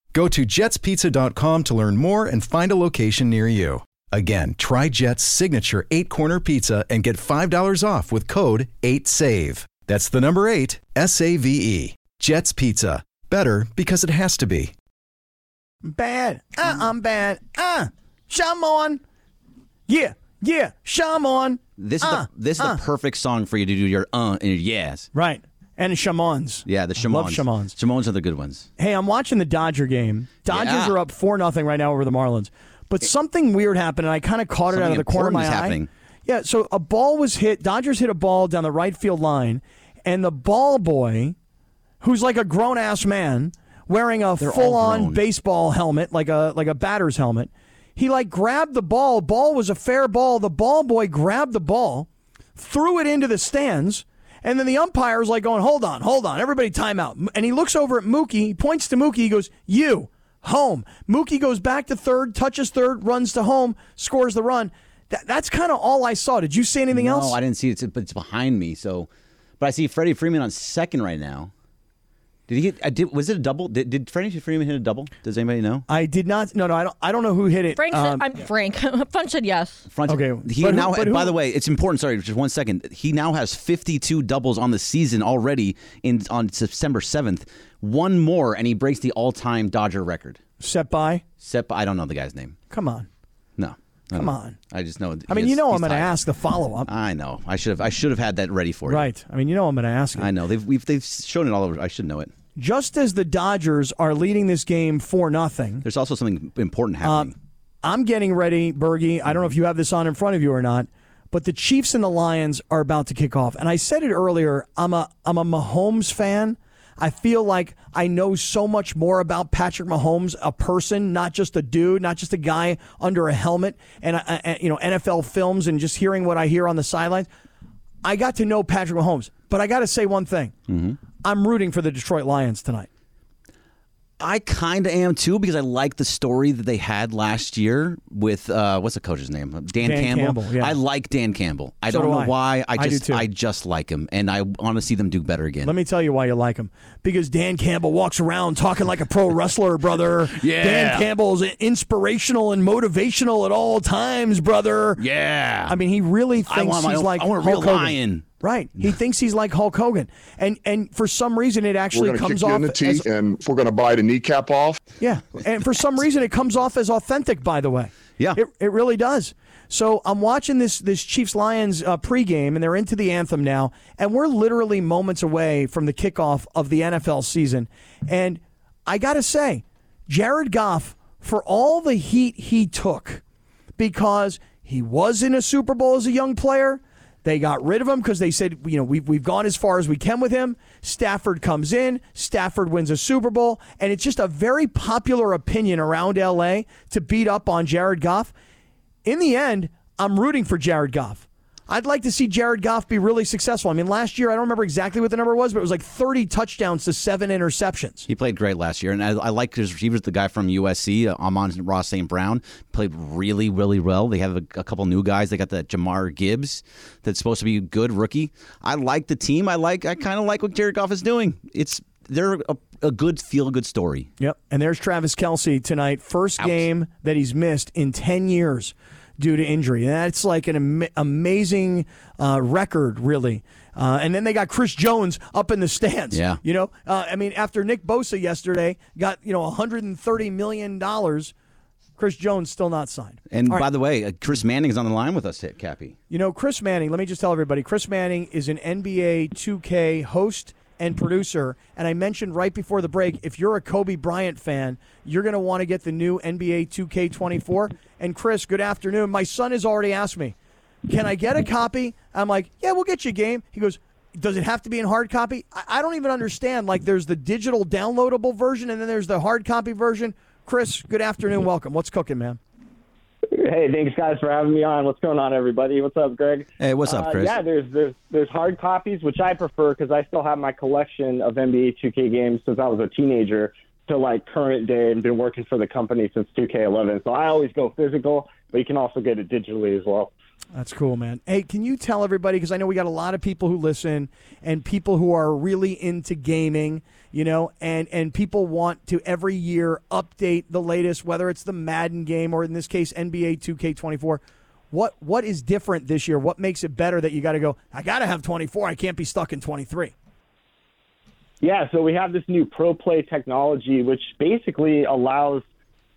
[SPEAKER 6] Go to jetspizza.com to learn more and find a location near you. Again, try Jet's signature eight corner pizza and get $5 off with code 8SAVE. That's the number eight, S A V E. Jet's Pizza. Better because it has to be.
[SPEAKER 1] Bad. Uh, I'm bad. Uh, Shamon. Yeah, yeah, Shamon.
[SPEAKER 2] This is
[SPEAKER 1] Uh,
[SPEAKER 2] the this is
[SPEAKER 1] uh.
[SPEAKER 2] the perfect song for you to do your uh and your yes.
[SPEAKER 1] Right. And shamans.
[SPEAKER 2] Yeah, the
[SPEAKER 1] I
[SPEAKER 2] shamans.
[SPEAKER 1] Love shamans.
[SPEAKER 2] Shamans are the good ones.
[SPEAKER 1] Hey, I'm watching the Dodger game. Dodgers
[SPEAKER 2] Yeah.
[SPEAKER 1] are up 4 nothing right now over the Marlins. But something weird happened, and I kind of caught it out of
[SPEAKER 2] Something
[SPEAKER 1] the corner of my
[SPEAKER 2] important is
[SPEAKER 1] eye.
[SPEAKER 2] happening.
[SPEAKER 1] Yeah, so a ball was hit. Dodgers hit a ball down the right field line, and the ball boy, who's like a grown ass man, wearing a
[SPEAKER 2] all
[SPEAKER 1] full on
[SPEAKER 2] grown.
[SPEAKER 1] baseball helmet, like a like a batter's helmet, he like grabbed the ball. Ball was a fair ball. The ball boy grabbed the ball, threw it into the stands, and then the umpire's like going, Hold on, hold on, everybody timeout. M- And he looks over at Mookie, he points to Mookie, he goes, You, home. Mookie goes back to third, touches third, runs to home, scores the run. That, that's kind of all I saw. Did you see anything
[SPEAKER 2] no,
[SPEAKER 1] else?
[SPEAKER 2] I didn't see it, it's- but it's behind me. So, but I see Freddie Freeman on second right now. Did he? Hit, I did, was it a double? Did, did Freddie Freeman hit a double? Does anybody know?
[SPEAKER 1] I did not. No, no, I don't. I don't know who hit it.
[SPEAKER 3] Frank said,
[SPEAKER 1] Um,
[SPEAKER 3] I'm Frank. <laughs> Fun said yes.
[SPEAKER 2] Front,
[SPEAKER 1] Okay,
[SPEAKER 2] He
[SPEAKER 1] but who-
[SPEAKER 2] now.
[SPEAKER 1] but who-
[SPEAKER 2] by the way, it's important. Sorry, just one second. He now has 52 doubles on the season already. In on September 7th, one more, and he breaks the all-time Dodger record.
[SPEAKER 1] set by.
[SPEAKER 2] Sep, I don't know the guy's name.
[SPEAKER 1] Come on.
[SPEAKER 2] No. I
[SPEAKER 1] Come
[SPEAKER 2] don't know.
[SPEAKER 1] on.
[SPEAKER 2] I just know.
[SPEAKER 1] I mean, you know I'm going to ask the follow up,
[SPEAKER 2] I know. I should have. I should have had that ready for you.
[SPEAKER 1] right? I mean, you know I'm going to ask it.
[SPEAKER 2] I know. They've we've, they've shown it all over. I should know it.
[SPEAKER 1] Just as the Dodgers are leading this game for nothing,
[SPEAKER 2] There's also something important
[SPEAKER 1] Uh,
[SPEAKER 2] happening.
[SPEAKER 1] I'm getting ready, Bergie. I don't know if you have this on in front of you or not, but the Chiefs and the Lions are about to kick off. And I said it earlier. I'm a I'm a Mahomes fan. I feel like I know so much more about Patrick Mahomes, a person, not just a dude, not just a guy under a helmet, and, uh, uh, you know NFL films, and just hearing what I hear on the sidelines. I got to know Patrick Mahomes, but I got to say one thing: I'm rooting for the Detroit Lions tonight.
[SPEAKER 2] I kind of am too because I like the story that they had last year with uh, what's the coach's name? Dan,
[SPEAKER 1] Dan
[SPEAKER 2] Campbell.
[SPEAKER 1] Campbell, yeah.
[SPEAKER 2] I like Dan Campbell. I
[SPEAKER 1] So
[SPEAKER 2] don't
[SPEAKER 1] do
[SPEAKER 2] know
[SPEAKER 1] I.
[SPEAKER 2] why. I
[SPEAKER 1] I do
[SPEAKER 2] just
[SPEAKER 1] too.
[SPEAKER 2] I just like him, and I want to see them do better again.
[SPEAKER 1] Let me tell you why you like him. Because Dan Campbell walks around talking like a pro wrestler, brother.
[SPEAKER 2] <laughs> Yeah.
[SPEAKER 1] Dan Campbell's inspirational and motivational at all times, brother.
[SPEAKER 2] yeah.
[SPEAKER 1] I mean, he really
[SPEAKER 2] I
[SPEAKER 1] thinks
[SPEAKER 2] want my
[SPEAKER 1] he's
[SPEAKER 2] own-
[SPEAKER 1] like
[SPEAKER 2] I want a
[SPEAKER 1] Hulk
[SPEAKER 2] real
[SPEAKER 1] Hogan.
[SPEAKER 2] lion.
[SPEAKER 1] Right. He thinks he's like Hulk Hogan. And and for some reason it
[SPEAKER 7] We're
[SPEAKER 1] actually
[SPEAKER 7] going to kick
[SPEAKER 1] comes
[SPEAKER 7] you
[SPEAKER 1] off
[SPEAKER 7] in the
[SPEAKER 1] as,
[SPEAKER 7] teeth, and we're going to bite a kneecap off.
[SPEAKER 1] yeah, and for some reason it comes off as authentic. By the way,
[SPEAKER 2] Yeah.
[SPEAKER 1] it, it really does. So I'm watching this this Chiefs Lions uh, pregame, and they're into the anthem now, and we're literally moments away from the kickoff of the NFL season. And I gotta say, Jared Goff, for all the heat he took, because he was in a Super Bowl as a young player. They got rid of him because they said, you know, we've, we've gone as far as we can with him. Stafford comes in, Stafford wins a Super Bowl, and it's just a very popular opinion around LA to beat up on Jared Goff. In the end, I'm rooting for Jared Goff. I'd like to see Jared Goff be really successful. I mean, last year, I don't remember exactly what the number was, but it was like 30 touchdowns to seven interceptions.
[SPEAKER 2] He played great last year, and I, I like his receivers. The guy from USC, uh, Amon Ross St. Brown, played really, really well. They have a, a couple new guys. They got that Jamar Gibbs, that's supposed to be a good rookie. I like the team. I like. I kind of like what Jared Goff is doing. It's they're a, a good feel good story.
[SPEAKER 1] Yep. And there's Travis Kelsey tonight. First game that he's missed in 10 years due to injury. And that's like an am- amazing uh, record, really. Uh, and then they got Chris Jones up in the stands.
[SPEAKER 2] Yeah.
[SPEAKER 1] You know, uh, I mean, after Nick Bosa yesterday got, you know, $130 million, Chris Jones still not signed.
[SPEAKER 2] And
[SPEAKER 1] All right.
[SPEAKER 2] by the way, uh, Chris Manning's on the line with us, hit Cappy.
[SPEAKER 1] You know, Chris Manning, let me just tell everybody Chris Manning is an NBA 2K host and producer. And I mentioned right before the break if you're a Kobe Bryant fan, you're going to want to get the new NBA 2K24. And Chris, good afternoon. My son has already asked me, can I get a copy? I'm like, yeah, we'll get you a game. He goes, does it have to be in hard copy? I, I don't even understand. Like, there's the digital downloadable version, and then there's the hard copy version. Chris, good afternoon. Welcome. What's cooking, man?
[SPEAKER 8] Hey, thanks guys for having me on. What's going on, everybody? What's up, Greg?
[SPEAKER 2] Hey, what's up,
[SPEAKER 8] Uh,
[SPEAKER 2] Chris?
[SPEAKER 8] yeah, there's there's there's hard copies, which I prefer because I still have my collection of NBA 2K games since I was a teenager to like current day, and been working for the company since 2K11. So I always go physical, but you can also get it digitally as well.
[SPEAKER 1] That's cool, man. Hey, can you tell everybody? Because I know we got a lot of people who listen and people who are really into gaming, you know, and, and people want to every year update the latest, whether it's the Madden game or in this case, NBA 2K24. What What is different this year? What makes it better that you got to go, I got to have 24. I can't be stuck in 23.
[SPEAKER 8] Yeah, so we have this new Pro Play technology, which basically allows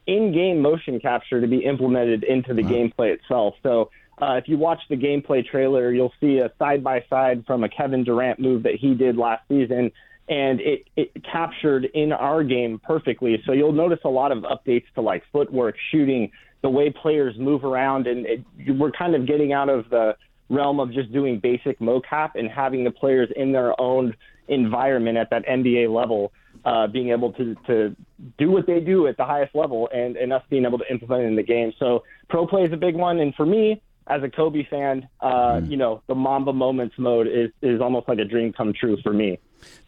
[SPEAKER 8] in-game motion capture to be implemented into the gameplay itself. So uh, if you watch the gameplay trailer, you'll see a side-by-side from a Kevin Durant move that he did last season, and it, it captured in our game perfectly. So you'll notice a lot of updates to like footwork, shooting, the way players move around, and it, we're kind of getting out of the realm of just doing basic mocap and having the players in their own environment at that NBA level, uh, being able to, to do what they do at the highest level and, and us being able to implement it in the game. So pro play is a big one. And for me, as a Kobe fan, uh,
[SPEAKER 1] Mm.
[SPEAKER 8] you know, the Mamba Moments mode is, is almost like a dream come true for me.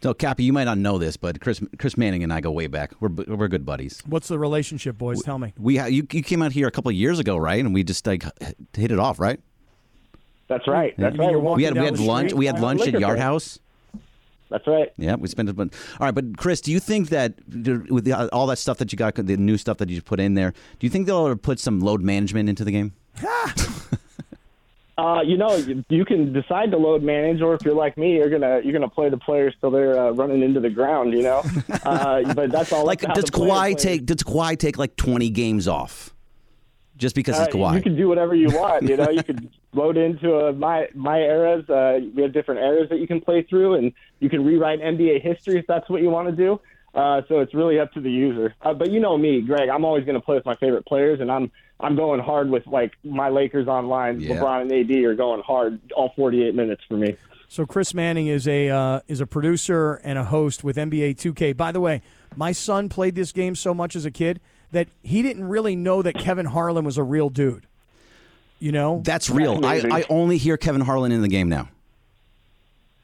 [SPEAKER 2] So, Cappy, you might not know this, but Chris Chris Manning and I go way back. We're bu- we're good buddies.
[SPEAKER 1] What's the relationship, boys? Tell me.
[SPEAKER 2] We ha- you you came out here a couple of years ago, right? And we just like h- hit it off, right?
[SPEAKER 8] That's right. That's
[SPEAKER 1] Mm. You mean
[SPEAKER 8] right.
[SPEAKER 1] you're
[SPEAKER 8] We're walking
[SPEAKER 1] walking
[SPEAKER 2] We had we
[SPEAKER 1] down
[SPEAKER 2] had
[SPEAKER 1] the
[SPEAKER 2] lunch.
[SPEAKER 1] street
[SPEAKER 2] We had
[SPEAKER 8] by the
[SPEAKER 2] lunch at
[SPEAKER 8] liquor
[SPEAKER 2] Yard
[SPEAKER 8] store.
[SPEAKER 2] House.
[SPEAKER 8] That's right.
[SPEAKER 2] Yeah, we spent a bunch. All right, but Chris, do you think that there- with the, uh, all that stuff that you got, the new stuff that you put in there, do you think they'll ever put some load management into the game?
[SPEAKER 8] Uh, you know, you, you can decide to load manage, or if you're like me, you're gonna you're gonna play the players till they're uh, running into the ground. You
[SPEAKER 1] <laughs>
[SPEAKER 8] know, uh, but that's all.
[SPEAKER 2] Like,
[SPEAKER 8] that's how
[SPEAKER 2] does
[SPEAKER 8] the player
[SPEAKER 2] Kawhi
[SPEAKER 8] plays.
[SPEAKER 2] take does Kawhi take like twenty games off just because it's
[SPEAKER 8] Uh, You
[SPEAKER 2] Kawhi?
[SPEAKER 8] can do whatever you want. You know, you
[SPEAKER 2] <laughs>
[SPEAKER 8] could load into uh my my eras. Uh, we have different eras that you can play through, and you can rewrite NBA history if that's what you want to do. Uh, so it's really up to the user. Uh, but you know me, Greg. I'm always going to play with my favorite players, and I'm I'm going hard with like my Lakers online.
[SPEAKER 1] Yeah.
[SPEAKER 8] LeBron and AD are going hard all 48 minutes for me.
[SPEAKER 1] So Chris Manning is a uh, is a producer and a host with NBA 2K. By the way, my son played this game so much as a kid that he didn't really know that Kevin Harlan was a real dude. You know,
[SPEAKER 2] that's real. I, I only hear Kevin Harlan in the game now.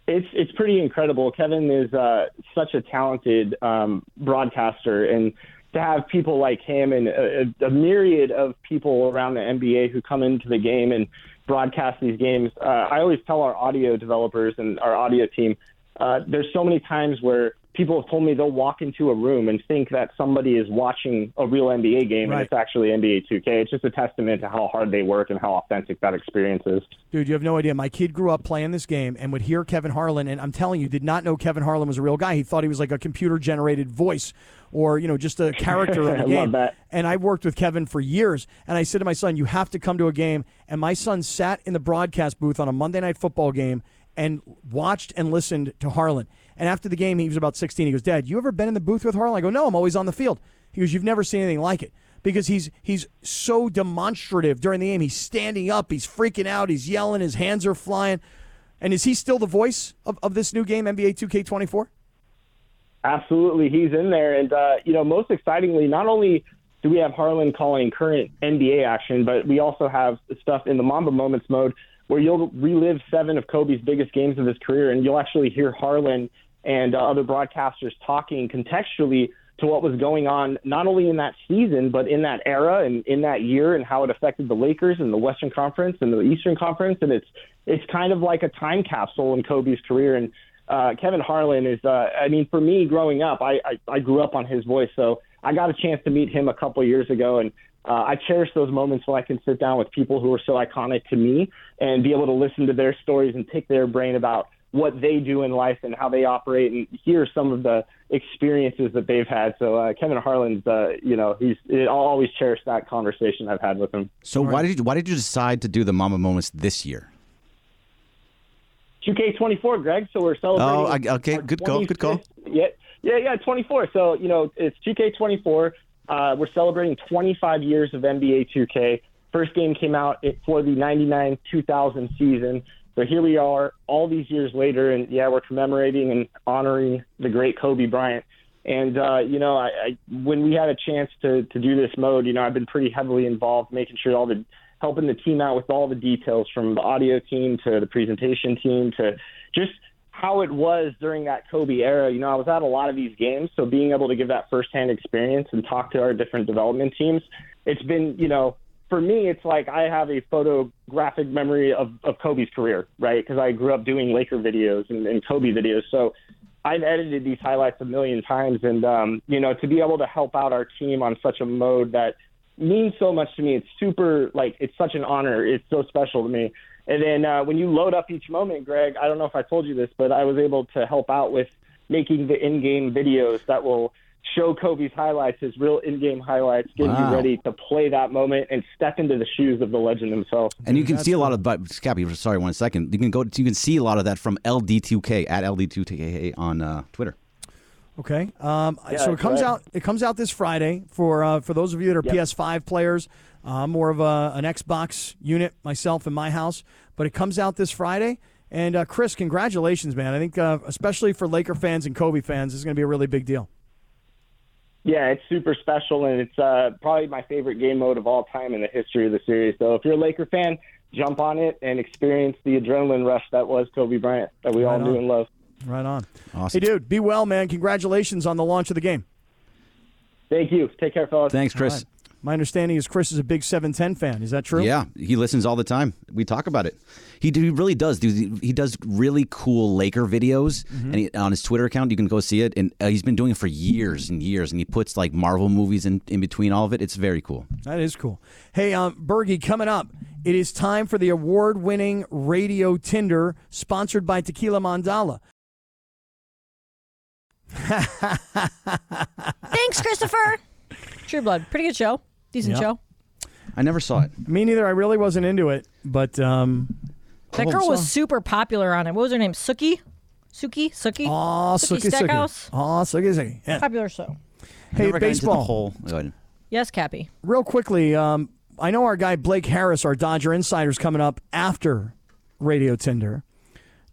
[SPEAKER 8] It's it's pretty incredible. Kevin is uh, such a talented um, broadcaster, and to have people like him and a, a a myriad of people around the NBA who come into the game and broadcast these games. Uh, I always tell our audio developers and our audio team, uh, there's so many times where people have told me they'll walk into a room and think that somebody is watching a real NBA game,
[SPEAKER 1] Right.
[SPEAKER 8] and it's actually NBA 2K. It's just a testament to how hard they work and how authentic that experience is.
[SPEAKER 1] Dude, you have no idea. My kid grew up playing this game and would hear Kevin Harlan, and I'm telling you, did not know Kevin Harlan was a real guy. He thought he was like a computer generated voice or, you know, just a character
[SPEAKER 8] <laughs>
[SPEAKER 1] in
[SPEAKER 8] I
[SPEAKER 1] the
[SPEAKER 8] love
[SPEAKER 1] game.
[SPEAKER 8] that.
[SPEAKER 1] And I worked with Kevin for years, and I said to my son, You have to come to a game. And my son sat in the broadcast booth on a Monday night football game and watched and listened to Harlan. And after the game, he was about 16. He goes, Dad, you ever been in the booth with Harlan? I go, No, I'm always on the field. He goes, You've never seen anything like it because he's he's so demonstrative during the game. He's standing up, he's freaking out, he's yelling, his hands are flying. And is he still the voice of, of this new game, NBA 2K24?
[SPEAKER 8] Absolutely, he's in there, and uh, you know, most excitingly, not only do we have Harlan calling current NBA action, but we also have stuff in the Mamba Moments mode where you'll relive seven of Kobe's biggest games of his career, and you'll actually hear Harlan and uh, other broadcasters talking contextually to what was going on not only in that season but in that era and in that year and how it affected the Lakers and the Western Conference and the Eastern Conference and it's it's kind of like a time capsule in Kobe's career and uh, Kevin Harlan is uh, I mean for me growing up I, I I grew up on his voice so I got a chance to meet him a couple years ago and uh, I cherish those moments when I can sit down with people who are so iconic to me and be able to listen to their stories and pick their brain about what they do in life and how they operate and hear some of the experiences that they've had. So uh, Kevin Harlan's, uh, you know, he's I'll always cherish that conversation I've had with him.
[SPEAKER 2] So why did you why did you decide to do the Mama Moments this year?
[SPEAKER 8] 2K24, Greg. So we're celebrating.
[SPEAKER 2] Oh, I, okay, good call, good call.
[SPEAKER 8] Yeah, yeah, yeah. 24. So you know, it's 2K24. Uh, we're celebrating 25 years of NBA 2K. First game came out it- for the 99-2000 season. So here we are, all these years later, and yeah, we're commemorating and honoring the great Kobe Bryant. And uh, you know, I, I when we had a chance to to do this mode, you know, I've been pretty heavily involved, making sure all the helping the team out with all the details from the audio team to the presentation team to just how it was during that Kobe era. You know, I was at a lot of these games, so being able to give that firsthand experience and talk to our different development teams, it's been, you know, for me, it's like I have a photographic memory of, of Kobe's career, right? Because I grew up doing Laker videos and, and Kobe videos. So I've edited these highlights a million times. And, um, you know, to be able to help out our team on such a mode that means so much to me. It's super like it's such an honor. It's so special to me. And then uh, when you load up each moment, Greg, I don't know if I told you this, but I was able to help out with making the in-game videos that will show Kobe's highlights, his real in-game highlights, get
[SPEAKER 2] Wow.
[SPEAKER 8] you ready to play that moment and step into the shoes of the legend himself.
[SPEAKER 2] And you can see a lot of, but Scabby, sorry, one second. You can go, you can see a lot of that from LD2K at LD2K on uh, Twitter.
[SPEAKER 1] Okay. Um,
[SPEAKER 2] Yeah,
[SPEAKER 1] so it
[SPEAKER 2] that's
[SPEAKER 1] comes
[SPEAKER 2] right.
[SPEAKER 1] out. It comes out this Friday for uh, for those of you that are PS5 players. I'm more of a, an Xbox unit myself in my house, but it comes out this Friday. And uh, Chris, congratulations, man! I think uh, especially for Laker fans and Kobe fans, this is going to be a really big deal.
[SPEAKER 8] Yeah, it's super special, and it's uh, probably my favorite game mode of all time in the history of the series. So if you're a Laker fan, jump on it and experience the adrenaline rush that was Kobe Bryant that we all
[SPEAKER 1] Right
[SPEAKER 8] knew
[SPEAKER 1] on.
[SPEAKER 8] and loved.
[SPEAKER 1] Right on.
[SPEAKER 2] Awesome.
[SPEAKER 1] Hey, dude, be well, man! Congratulations on the launch of the game.
[SPEAKER 8] Thank you. Take care, fellas.
[SPEAKER 2] Thanks, Chris.
[SPEAKER 1] All right. My understanding is Chris is a big 710 fan. Is that true?
[SPEAKER 2] Yeah, he listens all the time. We talk about it. He, do, he really does. Do he does really cool Laker videos, and he, on his Twitter account you can go see it. And uh, he's been doing it for years and years, and he puts like Marvel movies in, in between all of it. It's very cool.
[SPEAKER 1] That is cool. Hey, um, Bergie, coming up, it is time for the award winning Radio Tinder sponsored by Tequila Mandala.
[SPEAKER 3] Thanks, Christopher. <laughs> True Blood, pretty good show, decent
[SPEAKER 1] Yep.
[SPEAKER 3] show.
[SPEAKER 2] I never saw it.
[SPEAKER 1] Me neither. I really wasn't into it, but. Um,
[SPEAKER 3] That girl was super popular on it. What was her name? Suki, Suki, Suki.
[SPEAKER 1] Oh, Suki
[SPEAKER 3] Stackhouse.
[SPEAKER 1] Suki. Oh, Suki Suki. Yeah.
[SPEAKER 3] Popular show.
[SPEAKER 1] Hey,
[SPEAKER 2] Never got into the
[SPEAKER 1] baseball.
[SPEAKER 2] whole- oh, go ahead.
[SPEAKER 3] Yes, Cappy.
[SPEAKER 1] Real quickly, um, I know our guy Blake Harris, our Dodger insider's coming up after Radio Tinder.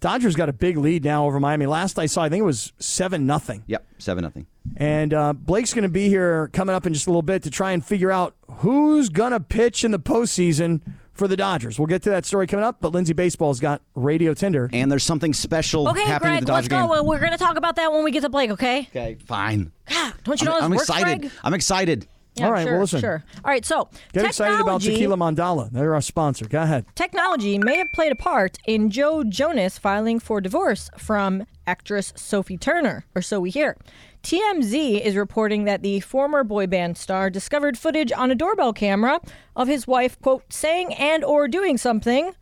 [SPEAKER 1] Dodgers got a big lead now over Miami. Last I saw, I think it was seven nothing.
[SPEAKER 2] Yep, seven nothing.
[SPEAKER 1] And uh, Blake's going to be here coming up in just a little bit to try and figure out who's going to pitch in the postseason for the Dodgers. We'll get to that story coming up. But Lindsey Baseball's got Radio Tinder.
[SPEAKER 2] And there's something special
[SPEAKER 3] Okay,
[SPEAKER 2] happening at the
[SPEAKER 3] Greg,
[SPEAKER 2] Dodger
[SPEAKER 3] let's go.
[SPEAKER 2] game.
[SPEAKER 3] Well, We're gonna talk about that when we get to Blake. Okay. Ah,
[SPEAKER 2] Okay, fine.
[SPEAKER 3] Don't you know
[SPEAKER 2] I'm,
[SPEAKER 3] this
[SPEAKER 2] I'm
[SPEAKER 3] works,
[SPEAKER 2] excited.
[SPEAKER 3] Greg?
[SPEAKER 2] I'm excited.
[SPEAKER 3] Yeah,
[SPEAKER 1] All right,
[SPEAKER 3] sure,
[SPEAKER 1] well, listen.
[SPEAKER 3] Sure. All right, so
[SPEAKER 1] Get
[SPEAKER 3] technology,
[SPEAKER 1] excited about Tequila Mandala. They're our sponsor. Go ahead.
[SPEAKER 3] technology may have played a part in Joe Jonas filing for divorce from actress Sophie Turner, or so we hear. TMZ is reporting that the former boy band star discovered footage on a doorbell camera of his wife, quote, saying and or doing something,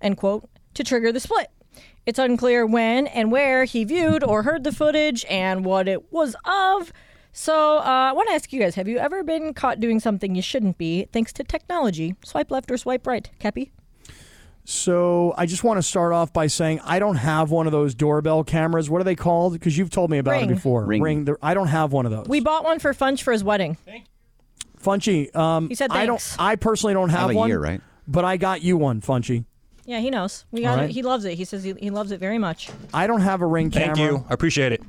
[SPEAKER 3] end quote, to trigger the split. It's unclear when and where he viewed or heard the footage and what it was of. So uh, I want to ask you guys: Have you ever been caught doing something you shouldn't be, thanks to technology? Swipe left or swipe right, Cappy?
[SPEAKER 1] So I just want to start off by saying I don't have one of those doorbell cameras. What are they called? Because you've told me about
[SPEAKER 3] Ring.
[SPEAKER 1] it before.
[SPEAKER 2] Ring.
[SPEAKER 1] They're- I don't have one of those.
[SPEAKER 3] We bought one for Funch for his wedding.
[SPEAKER 1] Funchy. Um,
[SPEAKER 3] He said
[SPEAKER 1] I don't.
[SPEAKER 3] thanks.
[SPEAKER 1] I personally don't have,
[SPEAKER 2] Have a
[SPEAKER 1] one.
[SPEAKER 2] year, right?
[SPEAKER 1] But I got you one, Funchy.
[SPEAKER 3] Yeah, he knows. We got
[SPEAKER 1] All right.
[SPEAKER 3] it. He loves it. He says he, he loves it very much. <laughs>
[SPEAKER 1] I don't have a ring
[SPEAKER 5] Thank
[SPEAKER 1] camera.
[SPEAKER 5] you. I appreciate it.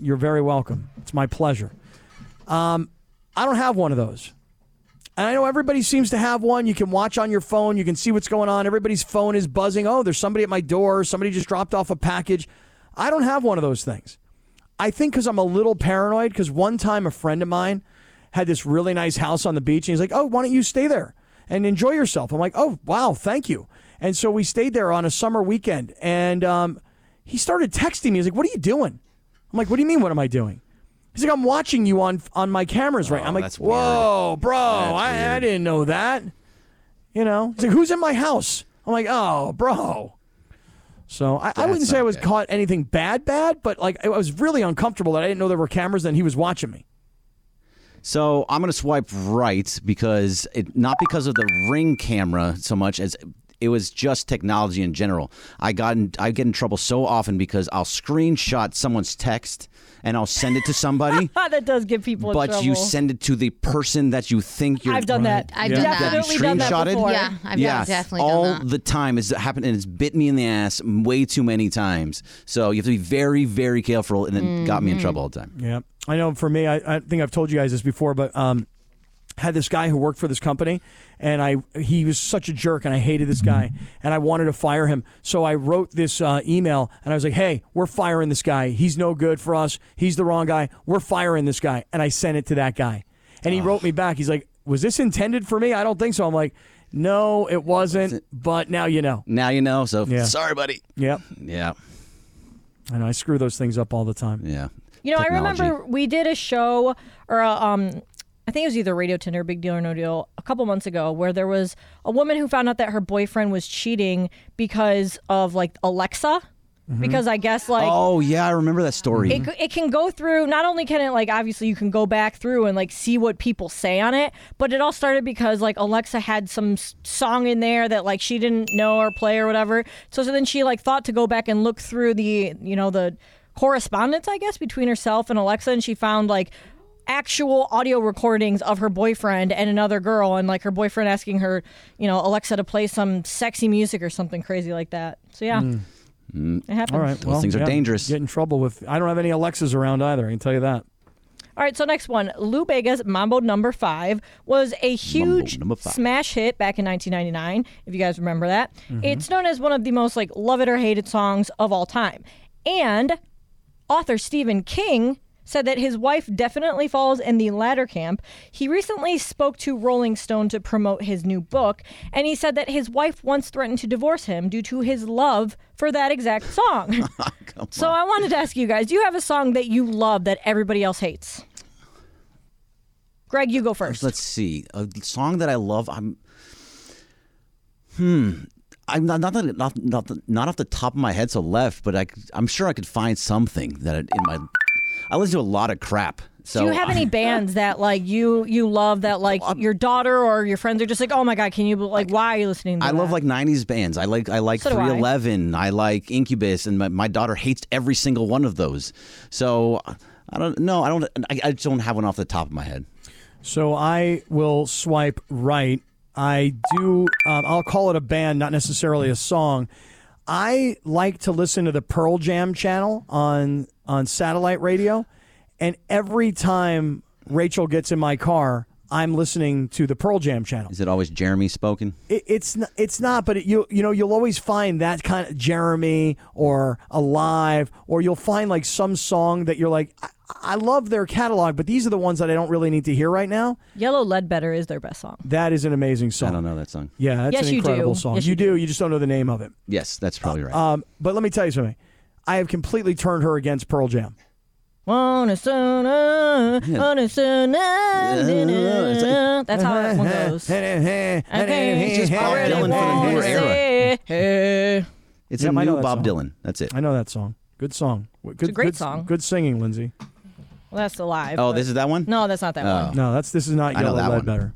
[SPEAKER 1] You're very welcome. It's my pleasure. Um, I don't have one of those. And I know everybody seems to have one. You can watch on your phone, you can see what's going on. Everybody's phone is buzzing. Oh, there's somebody at my door. Somebody just dropped off a package. I don't have one of those things. I think because I'm a little paranoid, because one time a friend of mine had this really nice house on the beach, and he's like, Oh, why don't you stay there and enjoy yourself? I'm like, Oh, wow, thank you. And so we stayed there on a summer weekend, and um, he started texting me. He's like, What are you doing? I'm like, What do you mean, what am I doing? He's like, I'm watching you on on my cameras right. I'm like,
[SPEAKER 2] Oh, that's weird.
[SPEAKER 1] Whoa, bro,
[SPEAKER 2] That's
[SPEAKER 1] I, I
[SPEAKER 2] weird.
[SPEAKER 1] didn't know that. You know, he's like, Who's in my house? I'm like, Oh, bro. So I, I wouldn't
[SPEAKER 2] That's
[SPEAKER 1] say I
[SPEAKER 2] not
[SPEAKER 1] was
[SPEAKER 2] good.
[SPEAKER 1] caught anything bad, bad, but like I was really uncomfortable that I didn't know there were cameras and he was watching me.
[SPEAKER 2] So I'm going to swipe right because it not because of the ring camera so much as it was just technology in general. I got in, I get in trouble so often because I'll screenshot someone's text and I'll send it to
[SPEAKER 3] <laughs>
[SPEAKER 2] somebody,
[SPEAKER 3] Ah, that does give people. in
[SPEAKER 2] but you
[SPEAKER 3] trouble.
[SPEAKER 2] send it to the person that you think you're.
[SPEAKER 3] I've done that.
[SPEAKER 4] I've done that.
[SPEAKER 2] you
[SPEAKER 3] Definitely done that
[SPEAKER 2] screenshotted?
[SPEAKER 3] before.
[SPEAKER 4] Yeah, I've
[SPEAKER 2] yeah,
[SPEAKER 4] definitely
[SPEAKER 2] all
[SPEAKER 4] done that.
[SPEAKER 2] the time. It's happened and it's bit me in the ass way too many times. So you have to be very, very careful, and it got
[SPEAKER 3] Mm-hmm.
[SPEAKER 2] me in trouble all the time.
[SPEAKER 1] Yeah, I know. For me, I, I think I've told you guys this before, but um, had this guy who worked for this company, and I he was such a jerk, and I hated this guy, and I wanted to fire him. So I wrote this uh, email, and I was like, "Hey, we're firing this guy. He's no good for us. He's the wrong guy. We're firing this guy." And I sent it to that guy, and he wrote me back. He's like, "Was this intended for me? I don't think so." I'm like, "No, it wasn't." But now you know.
[SPEAKER 2] Now you know. So
[SPEAKER 1] Yeah.
[SPEAKER 2] sorry, buddy.
[SPEAKER 1] Yep,
[SPEAKER 2] Yeah,
[SPEAKER 1] and I screw those things up all the time.
[SPEAKER 2] yeah.
[SPEAKER 3] You know,
[SPEAKER 2] Technology.
[SPEAKER 3] I remember we did a show or a, um I think it was either Radio Tinder, Big Deal or No Deal, a couple months ago, where there was a woman who found out that her boyfriend was cheating because of like Alexa, because I guess like
[SPEAKER 2] Oh yeah, I remember that story.
[SPEAKER 3] it, it can go through not only can it like obviously you can go back through and like see what people say on it but it all started because like alexa had some s- song in there that like she didn't know or play or whatever so so then she like thought to go back and look through the you know the correspondence i guess between herself and alexa and she found like actual audio recordings of her boyfriend and another girl and like her boyfriend asking her you know alexa to play some sexy music or something crazy like that so yeah it happens
[SPEAKER 1] Mm. All right,
[SPEAKER 2] Those things are dangerous.
[SPEAKER 1] Get in trouble with. I don't have any Alexas around either. I can tell you that.
[SPEAKER 3] All right, so next one. Lou Bega's Mambo Number Five was a huge
[SPEAKER 2] Number Five.
[SPEAKER 3] smash hit back in 1999, if you guys remember that.
[SPEAKER 2] Mm-hmm.
[SPEAKER 3] It's known as one of the most like love it or hate it songs of all time. And author Stephen King said that his wife definitely falls in the latter camp. He recently spoke to Rolling Stone to promote his new book, and he said that his wife once threatened to divorce him due to his love for that exact
[SPEAKER 2] <laughs>
[SPEAKER 3] song. so I wanted to ask you guys do you have a song that you love that everybody else hates? Greg, you go
[SPEAKER 2] <laughs>
[SPEAKER 3] first.
[SPEAKER 2] Let's see. A song that I love. I'm. Hmm. I'm not not, that- not, not, the- not off the top of my head, so left, but I, am sure I could find something that it- in my. I listen to a lot of crap. So
[SPEAKER 3] Do you have
[SPEAKER 2] <laughs>
[SPEAKER 3] any bands that like you you love that like your daughter or your friends are just like, oh my god, can you like why are you listening? to
[SPEAKER 2] I
[SPEAKER 3] that?
[SPEAKER 2] love like '90s bands. I like I like
[SPEAKER 3] So do I.
[SPEAKER 2] 311. I. like Incubus, and my, my daughter hates every single one of those. So I don't know. I don't. I, I just don't have one off the top of my head.
[SPEAKER 1] So I will swipe right. I do. Um, I'll call it a band, not necessarily a song. I like to listen to the Pearl Jam channel on on satellite radio, and every time Rachel gets in my car, I'm listening to the Pearl Jam channel.
[SPEAKER 2] Is it always Jeremy spoken?
[SPEAKER 1] It, it's not, it's not, but it, you you know you'll always find that kind of Jeremy or Alive, or you'll find like some song that you're like, I, I love their catalog, but these are the ones that I don't really need to hear right now.
[SPEAKER 3] Yellow Ledbetter is their best song.
[SPEAKER 1] That is an amazing song. I don't
[SPEAKER 2] know that song.
[SPEAKER 1] Yeah, that's
[SPEAKER 3] Yes,
[SPEAKER 1] an
[SPEAKER 3] you do.
[SPEAKER 1] incredible song.
[SPEAKER 3] Yes,
[SPEAKER 1] you,
[SPEAKER 3] you
[SPEAKER 1] do. You just don't know the name of it.
[SPEAKER 2] Yes, that's probably right.
[SPEAKER 1] Um, but let me tell you something. I have completely turned her against Pearl Jam.
[SPEAKER 3] Wanna sooner, wanna sooner, na-na. That's how that
[SPEAKER 2] <laughs>
[SPEAKER 3] one goes.
[SPEAKER 1] It's <laughs> just Bob
[SPEAKER 3] already
[SPEAKER 1] Dylan for the
[SPEAKER 3] wanna
[SPEAKER 1] newer era.
[SPEAKER 3] say, hey.
[SPEAKER 2] It's
[SPEAKER 1] Yeah,
[SPEAKER 2] a
[SPEAKER 1] I know
[SPEAKER 2] new
[SPEAKER 1] that
[SPEAKER 2] Bob
[SPEAKER 1] song.
[SPEAKER 2] Dylan. That's it.
[SPEAKER 1] I know that song. Good song. Good,
[SPEAKER 3] a great
[SPEAKER 1] good-
[SPEAKER 3] song.
[SPEAKER 1] Good singing, Lindsay.
[SPEAKER 3] Well, that's alive.
[SPEAKER 2] Oh,
[SPEAKER 3] but-
[SPEAKER 2] this Oh. is that one?
[SPEAKER 3] No, that's not that one.
[SPEAKER 1] No, that's this is not
[SPEAKER 2] I know
[SPEAKER 1] Yellow
[SPEAKER 2] that one.
[SPEAKER 1] Ledbetter.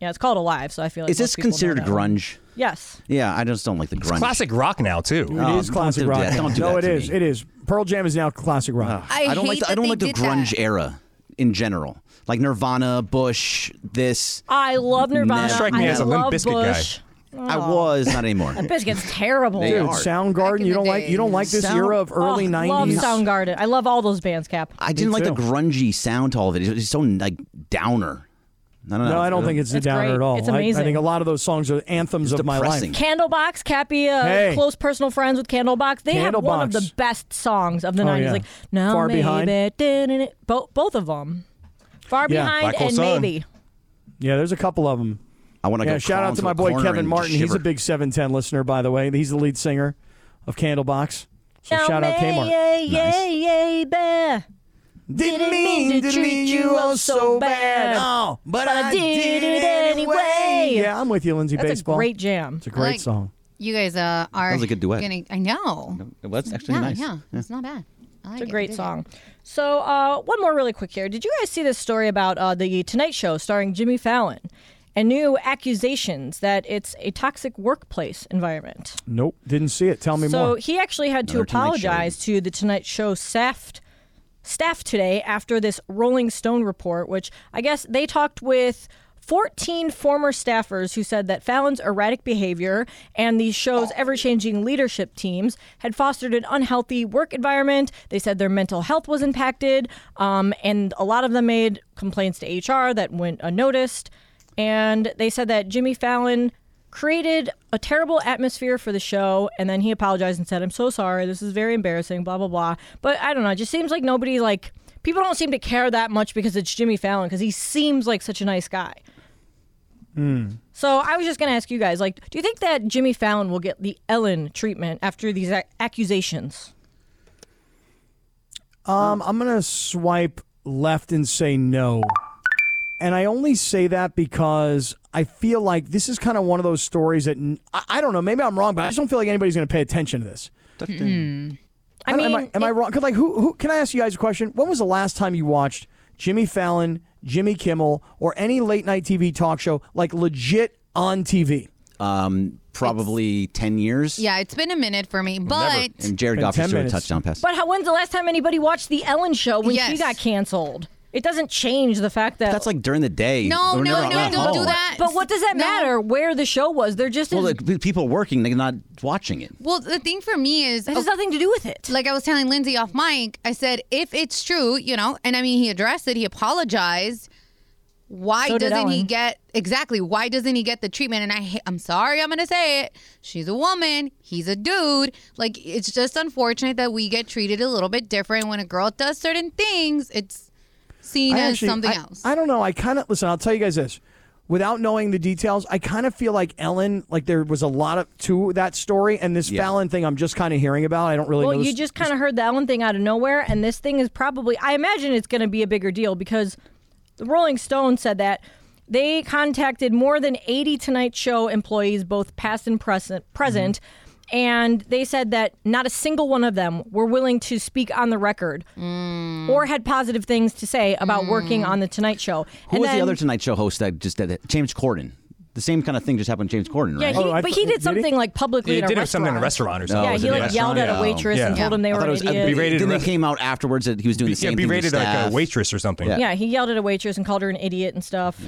[SPEAKER 3] Yeah, it's called Alive. So I feel like
[SPEAKER 2] Is
[SPEAKER 3] most
[SPEAKER 2] this
[SPEAKER 3] people know
[SPEAKER 2] considered
[SPEAKER 3] that one.
[SPEAKER 2] grunge?
[SPEAKER 3] Yes.
[SPEAKER 2] Yeah, I just don't like the grunge.
[SPEAKER 5] classic rock now too.
[SPEAKER 1] It is classic
[SPEAKER 2] Oh, don't do
[SPEAKER 1] rock.
[SPEAKER 2] that. Don't do
[SPEAKER 1] no,
[SPEAKER 2] that
[SPEAKER 1] it
[SPEAKER 2] to
[SPEAKER 1] is.
[SPEAKER 2] me.
[SPEAKER 1] It is. Pearl Jam is now classic rock.
[SPEAKER 4] I
[SPEAKER 2] don't like
[SPEAKER 4] hate
[SPEAKER 2] the, I
[SPEAKER 4] that
[SPEAKER 2] don't
[SPEAKER 4] they
[SPEAKER 2] like the
[SPEAKER 4] did
[SPEAKER 2] grunge
[SPEAKER 4] that.
[SPEAKER 2] era in general. Like Nirvana, Bush, this.
[SPEAKER 3] I love Nirvana.
[SPEAKER 2] Never. Strike me
[SPEAKER 3] I
[SPEAKER 2] as a Limp
[SPEAKER 3] love
[SPEAKER 2] Bizkit guy.
[SPEAKER 3] Bush.
[SPEAKER 2] I was not anymore.
[SPEAKER 3] That biscuit's terrible.
[SPEAKER 2] They
[SPEAKER 1] Dude,
[SPEAKER 2] are.
[SPEAKER 1] Soundgarden. You don't like. You don't like this
[SPEAKER 2] Sound-
[SPEAKER 1] era of early
[SPEAKER 3] oh, Love
[SPEAKER 1] nineties.
[SPEAKER 3] Soundgarden. I love all those bands, Cap.
[SPEAKER 2] I didn't like the grungy sound to all of it. It was so like downer. I don't know.
[SPEAKER 1] No, I don't think it's a downer
[SPEAKER 3] great.
[SPEAKER 1] at all.
[SPEAKER 3] It's
[SPEAKER 1] I- I,
[SPEAKER 3] amazing.
[SPEAKER 1] think a lot of those songs are anthems of
[SPEAKER 2] depressing.
[SPEAKER 1] my life.
[SPEAKER 3] Candlebox, Cappy, uh,
[SPEAKER 1] Hey.
[SPEAKER 3] close personal friends with Candlebox. They have one of
[SPEAKER 1] Candlebox.
[SPEAKER 3] the best songs of the
[SPEAKER 1] Oh,
[SPEAKER 3] 90s.
[SPEAKER 1] yeah.
[SPEAKER 3] Like, now
[SPEAKER 1] Far
[SPEAKER 3] maybe,
[SPEAKER 1] Behind.
[SPEAKER 3] didn't it- Bo- both of them. Far
[SPEAKER 1] Yeah.
[SPEAKER 3] Behind
[SPEAKER 1] Black Hole
[SPEAKER 3] and
[SPEAKER 1] Sun.
[SPEAKER 3] Maybe.
[SPEAKER 1] Yeah, there's a couple of them.
[SPEAKER 2] I want to
[SPEAKER 1] yeah,
[SPEAKER 2] go.
[SPEAKER 1] shout
[SPEAKER 2] crawl
[SPEAKER 1] out to
[SPEAKER 2] into
[SPEAKER 1] my
[SPEAKER 2] a
[SPEAKER 1] boy
[SPEAKER 2] corner
[SPEAKER 1] Kevin
[SPEAKER 2] and
[SPEAKER 1] Martin.
[SPEAKER 2] shiver.
[SPEAKER 1] He's a big 710 listener, by the way. He's the lead singer of Candlebox. So
[SPEAKER 3] now
[SPEAKER 1] shout out
[SPEAKER 3] maybe,
[SPEAKER 1] Kmart.
[SPEAKER 3] yeah, yeah,
[SPEAKER 1] Didn't
[SPEAKER 3] mean to treat you all so bad.
[SPEAKER 1] Oh, but,
[SPEAKER 3] I did it anyway.
[SPEAKER 1] Yeah, I'm with you, Lindsay.
[SPEAKER 3] That's a
[SPEAKER 1] Baseball.
[SPEAKER 3] great jam.
[SPEAKER 1] It's a great
[SPEAKER 4] Like-
[SPEAKER 1] song.
[SPEAKER 4] You guys uh, are.
[SPEAKER 2] was a good duet.
[SPEAKER 4] Gonna, I know.
[SPEAKER 2] Well, that's actually
[SPEAKER 4] yeah,
[SPEAKER 2] nice.
[SPEAKER 4] yeah, it's not bad. I like
[SPEAKER 3] It's
[SPEAKER 4] it.
[SPEAKER 3] a
[SPEAKER 4] I
[SPEAKER 3] great
[SPEAKER 4] dig it.
[SPEAKER 3] song. So, uh, one more really quick here. Did you guys see this story about uh, the Tonight Show starring Jimmy Fallon and new accusations that it's a toxic workplace environment?
[SPEAKER 1] Nope, didn't see it. Tell me
[SPEAKER 3] so
[SPEAKER 1] more.
[SPEAKER 3] he actually had to
[SPEAKER 2] Another Tonight Show.
[SPEAKER 3] apologize to the Tonight Show staff staff today after this Rolling Stone report, which I guess they talked with. 14 former staffers who said that Fallon's erratic behavior and the show's ever changing leadership teams had fostered an unhealthy work environment. They said their mental health was impacted, um, and a lot of them made complaints to HR that went unnoticed. And they said that Jimmy Fallon created a terrible atmosphere for the show and then he apologized and said i'm so sorry this is very embarrassing blah blah blah but i don't know it just seems like nobody like people don't seem to care that much because it's jimmy fallon because he seems like such a nice guy
[SPEAKER 2] Hmm.
[SPEAKER 3] so i was just going to ask you guys like do you think that jimmy fallon will get the ellen treatment after these ac- accusations
[SPEAKER 1] Um, I'm gonna swipe left and say no. And I only say that because I feel like this is kind of one of those stories that n- I, I don't know. Maybe I'm wrong, but I just don't feel like anybody's going to pay attention to this.
[SPEAKER 3] Mm-hmm. i,
[SPEAKER 1] don't-
[SPEAKER 3] mean
[SPEAKER 1] am I, am I wrong? 'Cause, like, who, who? Can I ask you guys a question? When was the last time you watched Jimmy Fallon, Jimmy Kimmel, or any late night TV talk show like legit on TV?
[SPEAKER 2] Um, probably ten years.
[SPEAKER 4] Yeah, it's been a minute for me, but
[SPEAKER 2] And Jared
[SPEAKER 1] Been
[SPEAKER 2] Goff
[SPEAKER 1] 10
[SPEAKER 2] just threw a
[SPEAKER 1] minutes.
[SPEAKER 2] touchdown pass.
[SPEAKER 3] but how, when's the last time anybody watched the ellen show when she
[SPEAKER 4] Yes.
[SPEAKER 3] got canceled it doesn't change the fact that
[SPEAKER 2] That's like during the day.
[SPEAKER 4] No,
[SPEAKER 2] when
[SPEAKER 4] no,
[SPEAKER 2] they're
[SPEAKER 4] no,
[SPEAKER 2] at
[SPEAKER 4] don't do
[SPEAKER 2] home.
[SPEAKER 4] that.
[SPEAKER 3] but what does that
[SPEAKER 4] No.
[SPEAKER 3] matter where the show was they're just
[SPEAKER 2] Well,
[SPEAKER 3] as
[SPEAKER 2] like, people working, they're not watching it.
[SPEAKER 4] well, the thing for me is,
[SPEAKER 3] That has nothing to do with it.
[SPEAKER 4] like I was telling Lindsay off mic, I said if it's true, you know, and I mean he addressed it, he apologized. why
[SPEAKER 3] So did
[SPEAKER 4] doesn't he
[SPEAKER 3] Ellen.
[SPEAKER 4] get exactly why doesn't he get the treatment and i ha- i'm sorry i'm gonna say it she's a woman he's a dude like it's just unfortunate that we get treated a little bit different when a girl does certain things it's seen
[SPEAKER 1] I
[SPEAKER 4] as
[SPEAKER 1] actually-
[SPEAKER 4] something
[SPEAKER 1] I-
[SPEAKER 4] else
[SPEAKER 1] I don't know. I kind of listen. I'll tell you guys this. Without knowing the details, I kind of feel like Ellen, like there was a lot of to that story, and this Fallon thing I'm just kind of hearing about. I don't really
[SPEAKER 3] well,
[SPEAKER 1] know.
[SPEAKER 3] you
[SPEAKER 1] this-
[SPEAKER 3] just kind of heard the Ellen thing out of nowhere, and this thing is probably, I imagine it's going to be a bigger deal because the Rolling Stone said that they contacted more than 80 Tonight Show employees, both past and present, present and they said that not a single one of them were willing to speak on the record or had positive things to say about working on The Tonight Show.
[SPEAKER 2] Who
[SPEAKER 3] and
[SPEAKER 2] was
[SPEAKER 3] then-
[SPEAKER 2] the other Tonight Show host that just did it? James Corden. The same kind of thing just happened to James Corden,
[SPEAKER 3] Yeah,
[SPEAKER 2] right?
[SPEAKER 3] he,
[SPEAKER 5] Oh,
[SPEAKER 3] but he did something like publicly.
[SPEAKER 2] He
[SPEAKER 3] at a
[SPEAKER 2] did
[SPEAKER 3] restaurant.
[SPEAKER 2] something in a restaurant or something.
[SPEAKER 3] Yeah,
[SPEAKER 2] Oh,
[SPEAKER 3] he
[SPEAKER 2] was it
[SPEAKER 3] like
[SPEAKER 2] a
[SPEAKER 3] yelled at
[SPEAKER 2] restaurant?
[SPEAKER 3] a waitress and
[SPEAKER 2] Yeah.
[SPEAKER 3] told him they
[SPEAKER 2] I
[SPEAKER 3] were
[SPEAKER 2] thought it was- uh,
[SPEAKER 3] an
[SPEAKER 5] uh,
[SPEAKER 3] idiot.
[SPEAKER 2] Then they came out afterwards that he was doing the same
[SPEAKER 5] yeah,
[SPEAKER 2] thing.
[SPEAKER 5] berated
[SPEAKER 2] to the
[SPEAKER 5] like
[SPEAKER 2] staff.
[SPEAKER 5] a waitress or something.
[SPEAKER 2] Uh,
[SPEAKER 3] Yeah, he yelled at a waitress and called her an idiot and stuff.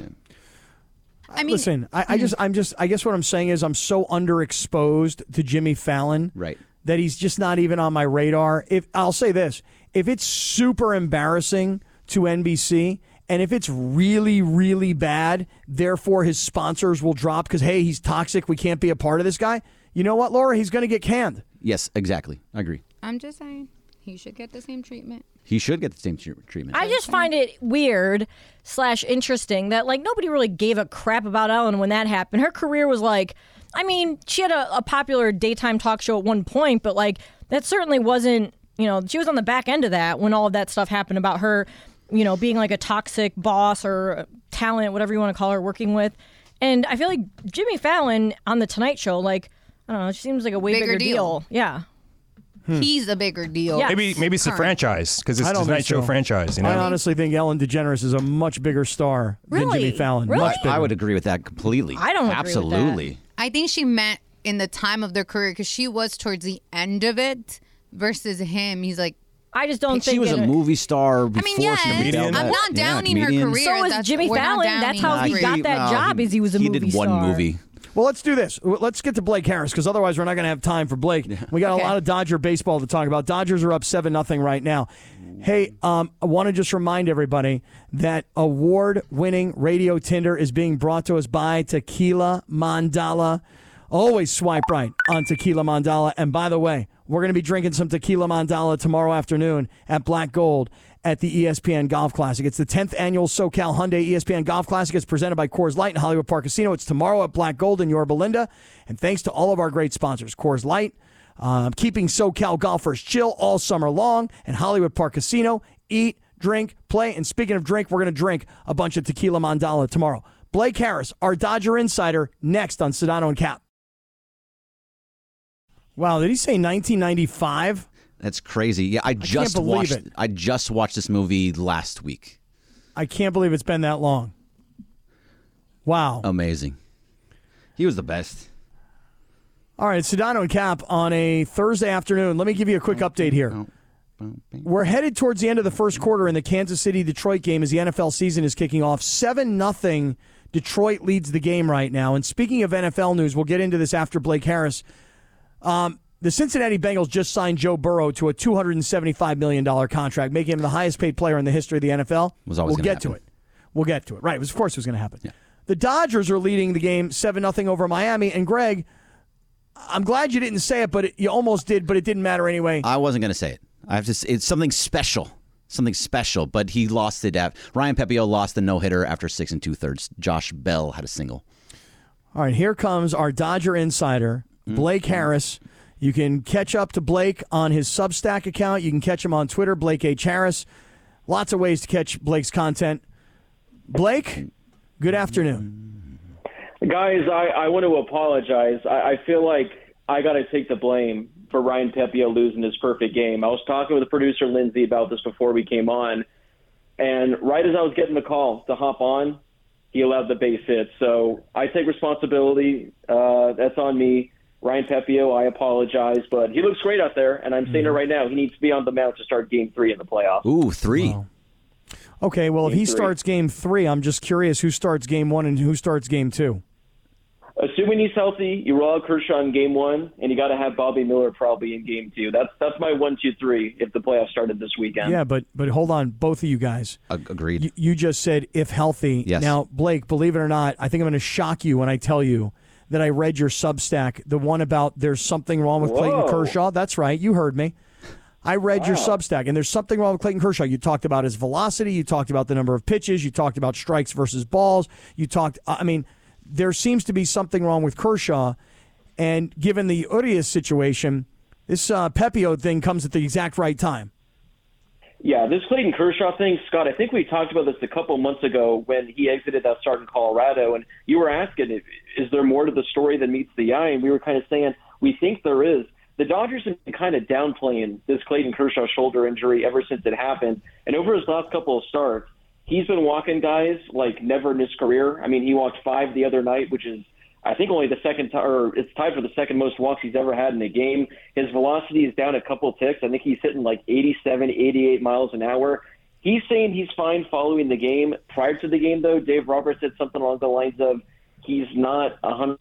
[SPEAKER 3] I mean,
[SPEAKER 1] listen. I, I just, I'm just, I guess what I'm saying is I'm so underexposed to Jimmy Fallon, right? That he's just not even on my radar. If I'll say this, if it's super embarrassing to NBC. And if it's really, really bad, therefore his sponsors will drop because, hey, he's toxic. We can't be a part of this guy. You know what, Laura? He's going to get canned.
[SPEAKER 2] Yes, exactly. I agree.
[SPEAKER 4] i'm just saying he should get the same treatment
[SPEAKER 2] He should get the same tre- treatment.
[SPEAKER 3] I just find it weird slash interesting that like nobody really gave a crap about Ellen when that happened. Her career was like, I mean, she had a, a popular daytime talk show at one point, but like that certainly wasn't. You know, she was on the back end of that when all of that stuff happened about her, you know, being like a toxic boss or talent, whatever you want to call her, working with. And I feel like Jimmy Fallon on the Tonight Show, like I don't know, she seems like a way
[SPEAKER 4] Bigger
[SPEAKER 3] bigger,
[SPEAKER 4] deal.
[SPEAKER 3] deal. Yeah.
[SPEAKER 1] Hmm.
[SPEAKER 4] he's a bigger deal
[SPEAKER 5] Maybe maybe it's the
[SPEAKER 4] Current.
[SPEAKER 5] franchise because it's
[SPEAKER 1] I
[SPEAKER 5] the
[SPEAKER 1] don't
[SPEAKER 5] Tonight
[SPEAKER 1] think
[SPEAKER 5] Show
[SPEAKER 1] so.
[SPEAKER 5] franchise. You know?
[SPEAKER 1] I honestly think Ellen DeGeneres is a much bigger star than
[SPEAKER 4] Really?
[SPEAKER 1] Jimmy Fallon.
[SPEAKER 4] Really?
[SPEAKER 1] Much bigger.
[SPEAKER 2] I would agree with that completely.
[SPEAKER 4] I don't agree with that.
[SPEAKER 2] Absolutely.
[SPEAKER 4] I think she meant in the time of their career because she was towards the end of it versus him. He's like,
[SPEAKER 3] I just don't
[SPEAKER 2] She was a movie star before
[SPEAKER 4] mean,
[SPEAKER 2] she
[SPEAKER 4] yes,
[SPEAKER 2] rebelled
[SPEAKER 4] I'm
[SPEAKER 2] at-
[SPEAKER 4] not
[SPEAKER 2] yeah,
[SPEAKER 4] downing her
[SPEAKER 2] comedian.
[SPEAKER 4] career.
[SPEAKER 3] So
[SPEAKER 4] That's-
[SPEAKER 3] is Jimmy
[SPEAKER 4] we're not
[SPEAKER 3] Fallon.
[SPEAKER 4] downing
[SPEAKER 3] That's how
[SPEAKER 2] her.
[SPEAKER 3] he
[SPEAKER 2] Nah,
[SPEAKER 3] got
[SPEAKER 2] he-
[SPEAKER 3] that
[SPEAKER 2] no,
[SPEAKER 3] job.
[SPEAKER 2] he-
[SPEAKER 3] is he was a
[SPEAKER 2] he
[SPEAKER 3] movie
[SPEAKER 2] did one
[SPEAKER 3] star.
[SPEAKER 2] movie.
[SPEAKER 1] Well, let's do this. W- Let's get to Blake Harris because otherwise we're not going to have time for Blake. We got a lot of Dodger baseball to talk about. Dodgers are up seven nothing right now. Hey, um, I want to just remind everybody that award-winning Radio Tinder is being brought to us by Tequila Mandala. Always swipe right on Tequila Mandala. And by the way, we're going to be drinking some Tequila Mandala tomorrow afternoon at Black Gold at the E ESPN Golf Classic. It's the 10th annual SoCal Hyundai E ESPN Golf Classic. It's presented by Coors Light and Hollywood Park Casino. It's tomorrow at Black Gold in Yorba Linda. And thanks to all of our great sponsors, Coors Light, um, keeping SoCal golfers chill all summer long, and Hollywood Park Casino. Eat, drink, play. And speaking of drink, we're going to drink a bunch of Tequila Mandala tomorrow. Blake Harris, our Dodger insider, next on Sedano and Cap. Wow, did he say 1995?
[SPEAKER 2] That's crazy. Yeah, I just
[SPEAKER 1] believe
[SPEAKER 2] watched.
[SPEAKER 1] it.
[SPEAKER 2] I just watched this movie last week.
[SPEAKER 1] I can't believe it's been that long. Wow.
[SPEAKER 2] Amazing. He was the best.
[SPEAKER 1] All right, Sedano and Cap on a Thursday afternoon. Let me give you a quick update here. We're headed towards the end of the first quarter in the Kansas City Detroit game as the NFL season is kicking off. 7 0 Detroit leads the game right now. And speaking of NFL news, we'll get into this after Blake Harris. Um, the Cincinnati Bengals just signed Joe Burrow to a $275 million contract, making him the highest paid player in the history of the NFL.
[SPEAKER 2] Was
[SPEAKER 1] we'll
[SPEAKER 2] always gonna
[SPEAKER 1] get to
[SPEAKER 2] happen.
[SPEAKER 1] it. We'll get to it. Right. It was, of course, it was going to happen. The Dodgers are leading the game 7 0 over Miami. And Greg, I'm glad you didn't say it, but it, you almost did, but it didn't matter anyway.
[SPEAKER 2] I wasn't going to say it. I have to. s- It's something special. Something special. But he lost it. At, Ryan Pepio lost the no hitter after six and two thirds. Josh Bell had a single.
[SPEAKER 1] All right, here comes our Dodger insider, Blake Harris. You can catch up to Blake on his Substack account. You can catch him on Twitter, Blake H. Harris. Lots of ways to catch Blake's content. Blake, good afternoon.
[SPEAKER 7] Guys, I, I want to apologize. I, I feel like I got to take the blame for Ryan Pepio losing his perfect game. I was talking with producer Lindsay about this before we came on, and right as I was getting the call to hop on, he allowed the base hit. So I take responsibility. Uh, that's on me. Ryan Pepio, I apologize, but he looks great out there, and I'm saying it right now. He needs to be on the mound to start game three in the playoffs.
[SPEAKER 2] Mm-hmm. Ooh, three.
[SPEAKER 1] Okay, well, if
[SPEAKER 7] Game
[SPEAKER 1] he
[SPEAKER 7] three.
[SPEAKER 1] starts game three, I'm just curious who starts game one and who starts game two.
[SPEAKER 7] assuming he's healthy, you roll out Kershaw in game one, and you got to have Bobby Miller probably in game two. That's that's my one, two, three if the playoffs started this weekend.
[SPEAKER 1] Yeah, but but hold on, both of you guys.
[SPEAKER 2] Uh, Agreed.
[SPEAKER 1] You, you just said if healthy.
[SPEAKER 2] Yes.
[SPEAKER 1] Now, Blake, believe it or not, I think I'm going to shock you when I tell you that I read your Substack, the one about there's something wrong with Clayton
[SPEAKER 9] Whoa.
[SPEAKER 1] Kershaw. That's right, you heard me. I read your Substack, and there's something wrong with Clayton Kershaw. You talked about his velocity, you talked about the number of pitches, you talked about strikes versus balls, you talked. I mean, there seems to be something wrong with Kershaw, and given the Urias situation, this uh, Pepio thing comes at the exact right time.
[SPEAKER 7] Yeah, this Clayton Kershaw thing, Scott, I think we talked about this a couple months ago when he exited that start in Colorado, and you were asking, if- is there more to the story than meets the eye? And we were kind of saying, we think there is. The Dodgers have been kind of downplaying this Clayton Kershaw shoulder injury ever since it happened. And over his last couple of starts, he's been walking guys like never in his career. I mean, he walked five the other night, which is I think only the second time, or it's tied for the second most walks he's ever had in a game. His velocity is down a couple ticks. I think he's hitting like 87, 88 miles an hour. He's saying he's fine following the game. Prior to the game, though, Dave Roberts said something along the lines of, he's not 100%,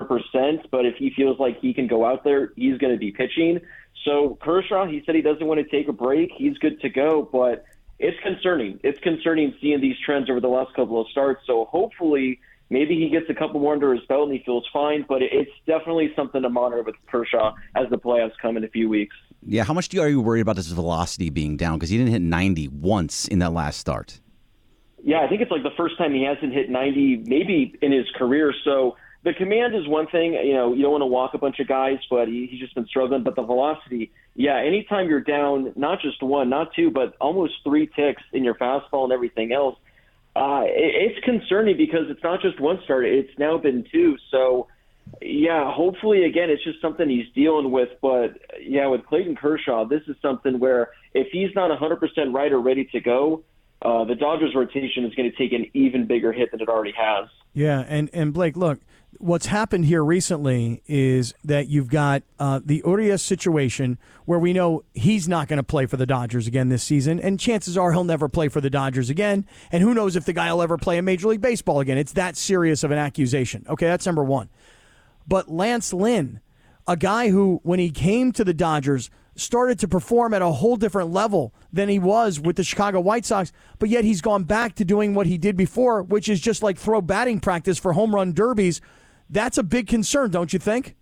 [SPEAKER 7] but if he feels like he can go out there, he's going to be pitching. So Kershaw, he said he doesn't want to take a break. He's good to go, but it's concerning. It's concerning seeing these trends over the last couple of starts. So hopefully, maybe he gets a couple more under his belt and he feels fine, but it's definitely something to monitor with Kershaw as the playoffs come in a few weeks.
[SPEAKER 2] Yeah, how much do you, are you worried about his velocity being down? Because he didn't hit 90 once in that last start.
[SPEAKER 7] Yeah, I think it's like the first time he hasn't hit 90, maybe in his career. So the command is one thing. You know, you don't want to walk a bunch of guys, but he, he's just been struggling. But the velocity, yeah, anytime you're down, not just one, not two, but almost three ticks in your fastball and everything else, uh, it, it's concerning because it's not just one start. It's now been two. So, yeah, hopefully, again, it's just something he's dealing with. But, yeah, with Clayton Kershaw, this is something where if he's not 100% right or ready to go, uh, the Dodgers' rotation is going to take an even bigger hit than it already has.
[SPEAKER 1] Yeah, and and Blake, look, what's happened here recently is that you've got uh, the Urias situation where we know he's not going to play for the Dodgers again this season, and chances are he'll never play for the Dodgers again. And who knows if the guy will ever play in Major League Baseball again? It's that serious of an accusation. Okay, that's number one. But Lance Lynn, a guy who, when he came to the Dodgers, started to perform at a whole different level than he was with the Chicago White Sox, but yet he's gone back to doing what he did before, which is just like throw batting practice for home run derbies. That's a big concern, don't you think?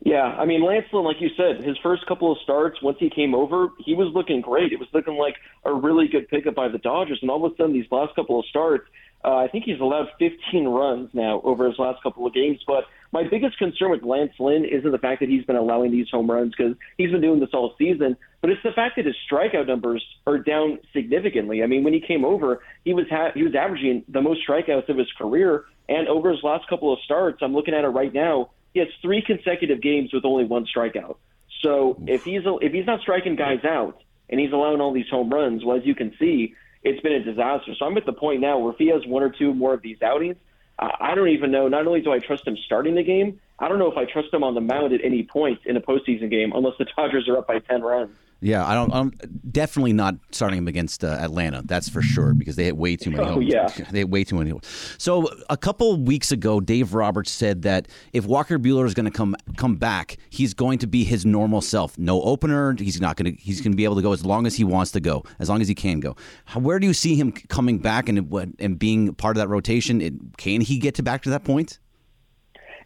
[SPEAKER 7] Yeah, I mean, Lance Lynn, like you said, his first couple of starts, once he came over, he was looking great. It was looking like a really good pickup by the Dodgers. And all of a sudden, these last couple of starts, uh, I think he's allowed 15 runs now over his last couple of games. But my biggest concern with Lance Lynn isn't the fact that he's been allowing these home runs because he's been doing this all season, but it's the fact that his strikeout numbers are down significantly. I mean, when he came over, he was ha- he was averaging the most strikeouts of his career, and over his last couple of starts, I'm looking at it right now, he has three consecutive games with only one strikeout. So if he's if he's not striking guys out and he's allowing all these home runs, well, as you can see, it's been a disaster. So I'm at the point now where if he has one or two more of these outings, I I don't even know. Not only do I trust him starting the game, I don't know if I trust him on the mound at any point in a postseason game unless the Dodgers are up by ten runs.
[SPEAKER 2] Yeah, I don't. I'm definitely not starting him against uh, Atlanta. That's for sure because they hit way too many.
[SPEAKER 7] Oh,
[SPEAKER 2] home-
[SPEAKER 7] yeah.
[SPEAKER 2] <laughs> they hit way too many. So a couple weeks ago, Dave Roberts said that if Walker Bueller is going to come come back, he's going to be his normal self. No opener. He's not going to. He's going to be able to go as long as he wants to go, as long as he can go. How, where do you see him coming back and and being part of that rotation? It, can he get to back to that point?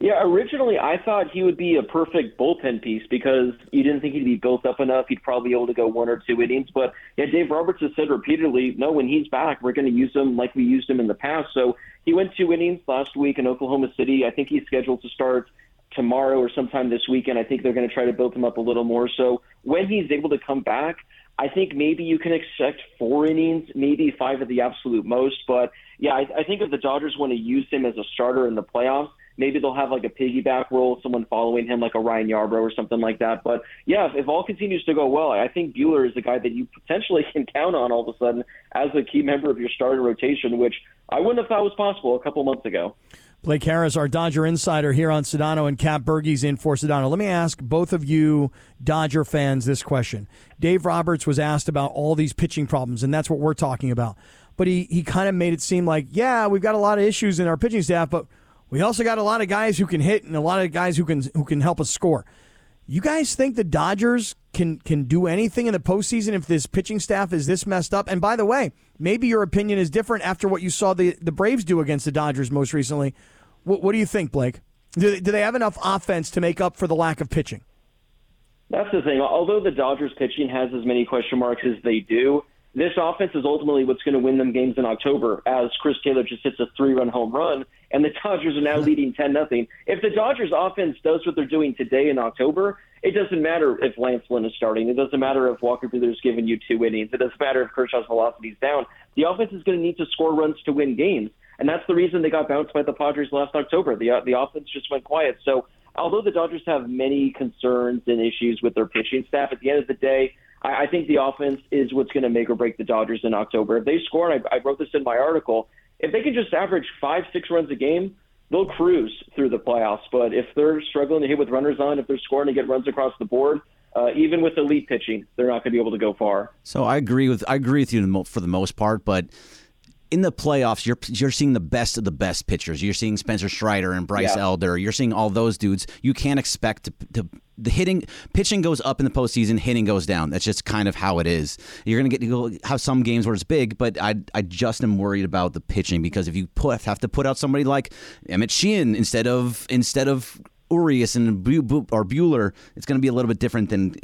[SPEAKER 7] Yeah, originally I thought he would be a perfect bullpen piece because you didn't think he'd be built up enough. He'd probably be able to go one or two innings. But yeah, Dave Roberts has said repeatedly, no, when he's back, we're going to use him like we used him in the past. So he went two innings last week in Oklahoma City. I think he's scheduled to start tomorrow or sometime this weekend. I think they're going to try to build him up a little more. So when he's able to come back, I think maybe you can expect four innings, maybe five at the absolute most. But yeah, I, I think if the Dodgers want to use him as a starter in the playoffs, maybe they'll have like a piggyback role, someone following him, like a Ryan Yarbrough or something like that. But yeah, if, if all continues to go well, I think Bueller is the guy that you potentially <laughs> can count on all of a sudden as a key member of your starting rotation, which I wouldn't have thought was possible a couple months ago.
[SPEAKER 1] Blake Harris, our Dodger insider here on Sedano, and Cap Berge's in for Sedano. Let me ask both of you Dodger fans this question. Dave Roberts was asked about all these pitching problems, and that's what we're talking about. But he, he kind of made it seem like, yeah, we've got a lot of issues in our pitching staff, but We also got a lot of guys who can hit and a lot of guys who can who can help us score. You guys think the Dodgers can can do anything in the postseason if this pitching staff is this messed up? And by the way, maybe your opinion is different after what you saw the, the Braves do against the Dodgers most recently. What, what do you think, Blake? Do, do they have enough offense to make up for the lack of pitching?
[SPEAKER 7] That's the thing. Although the Dodgers pitching has as many question marks as they do, this offense is ultimately what's going to win them games in October as Chris Taylor just hits a three-run home run and the <laughs> Dodgers are now leading 10 nothing. If the Dodgers offense does what they're doing today in October, it doesn't matter if Lance Lynn is starting. It doesn't matter if Walker Buehler's giving you two innings. It doesn't matter if Kershaw's velocity is down. The offense is going to need to score runs to win games, and that's the reason they got bounced by the Padres last October. The the offense just went quiet. So although the Dodgers have many concerns and issues with their pitching staff, at the end of the day, I, I think the offense is what's going to make or break the Dodgers in October. If they score, and I, I wrote this in my article, if they can just average five, six runs a game, they'll cruise through the playoffs. But if they're struggling to hit with runners on, if they're scoring to get runs across the board, uh, even with elite pitching, they're not going to be able to go far.
[SPEAKER 2] So I agree with I agree with you the mo- for the most part, but in the playoffs, you're you're seeing the best of the best pitchers. You're seeing Spencer Strider and Bryce
[SPEAKER 9] Yeah.
[SPEAKER 2] Elder. You're seeing all those dudes. You can't expect to, to the hitting pitching goes up in the postseason, hitting goes down. That's just kind of how it is. You're gonna get to go have some games where it's big, but I I just am worried about the pitching because if you put have to put out somebody like Emmett Sheehan instead of instead of Urias and Bu- Bu- or Bueller, it's gonna be a little bit different than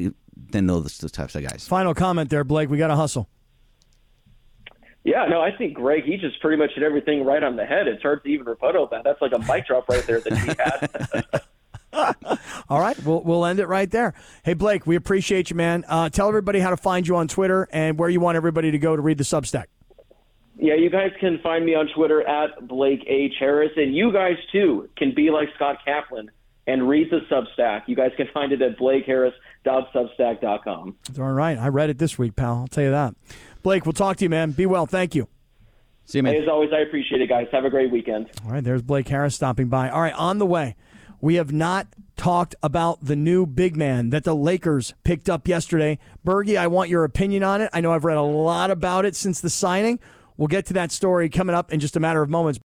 [SPEAKER 2] than those, those types of guys.
[SPEAKER 1] Final comment there, Blake. We got to hustle.
[SPEAKER 7] Yeah, no, I think Greg, he just pretty much hit everything right on the head. It's hard to even rebuttal that. That's like a mic drop right there that he had.
[SPEAKER 1] All right, we'll we'll end it right there. Hey, Blake, we appreciate you, man. Uh, tell everybody how to find you on Twitter and where you want everybody to go to read the Substack.
[SPEAKER 7] Yeah, you guys can find me on Twitter at Blake H. Harris, and you guys too can be like Scott Kaplan and read the Substack. You guys can find it at blakeharris.substack.com.
[SPEAKER 1] All right, I read it this week, pal. I'll tell you that. Blake, we'll talk to you, man. Be well. Thank you.
[SPEAKER 2] See you,
[SPEAKER 7] man. As always, I appreciate it, guys. Have a great weekend.
[SPEAKER 1] All right, there's Blake Harris stopping by. All right, on the way, we have not talked about the new big man that the Lakers picked up yesterday. Bergie, I want your opinion on it. I know I've read a lot about it since the signing. We'll get to that story coming up in just a matter of moments.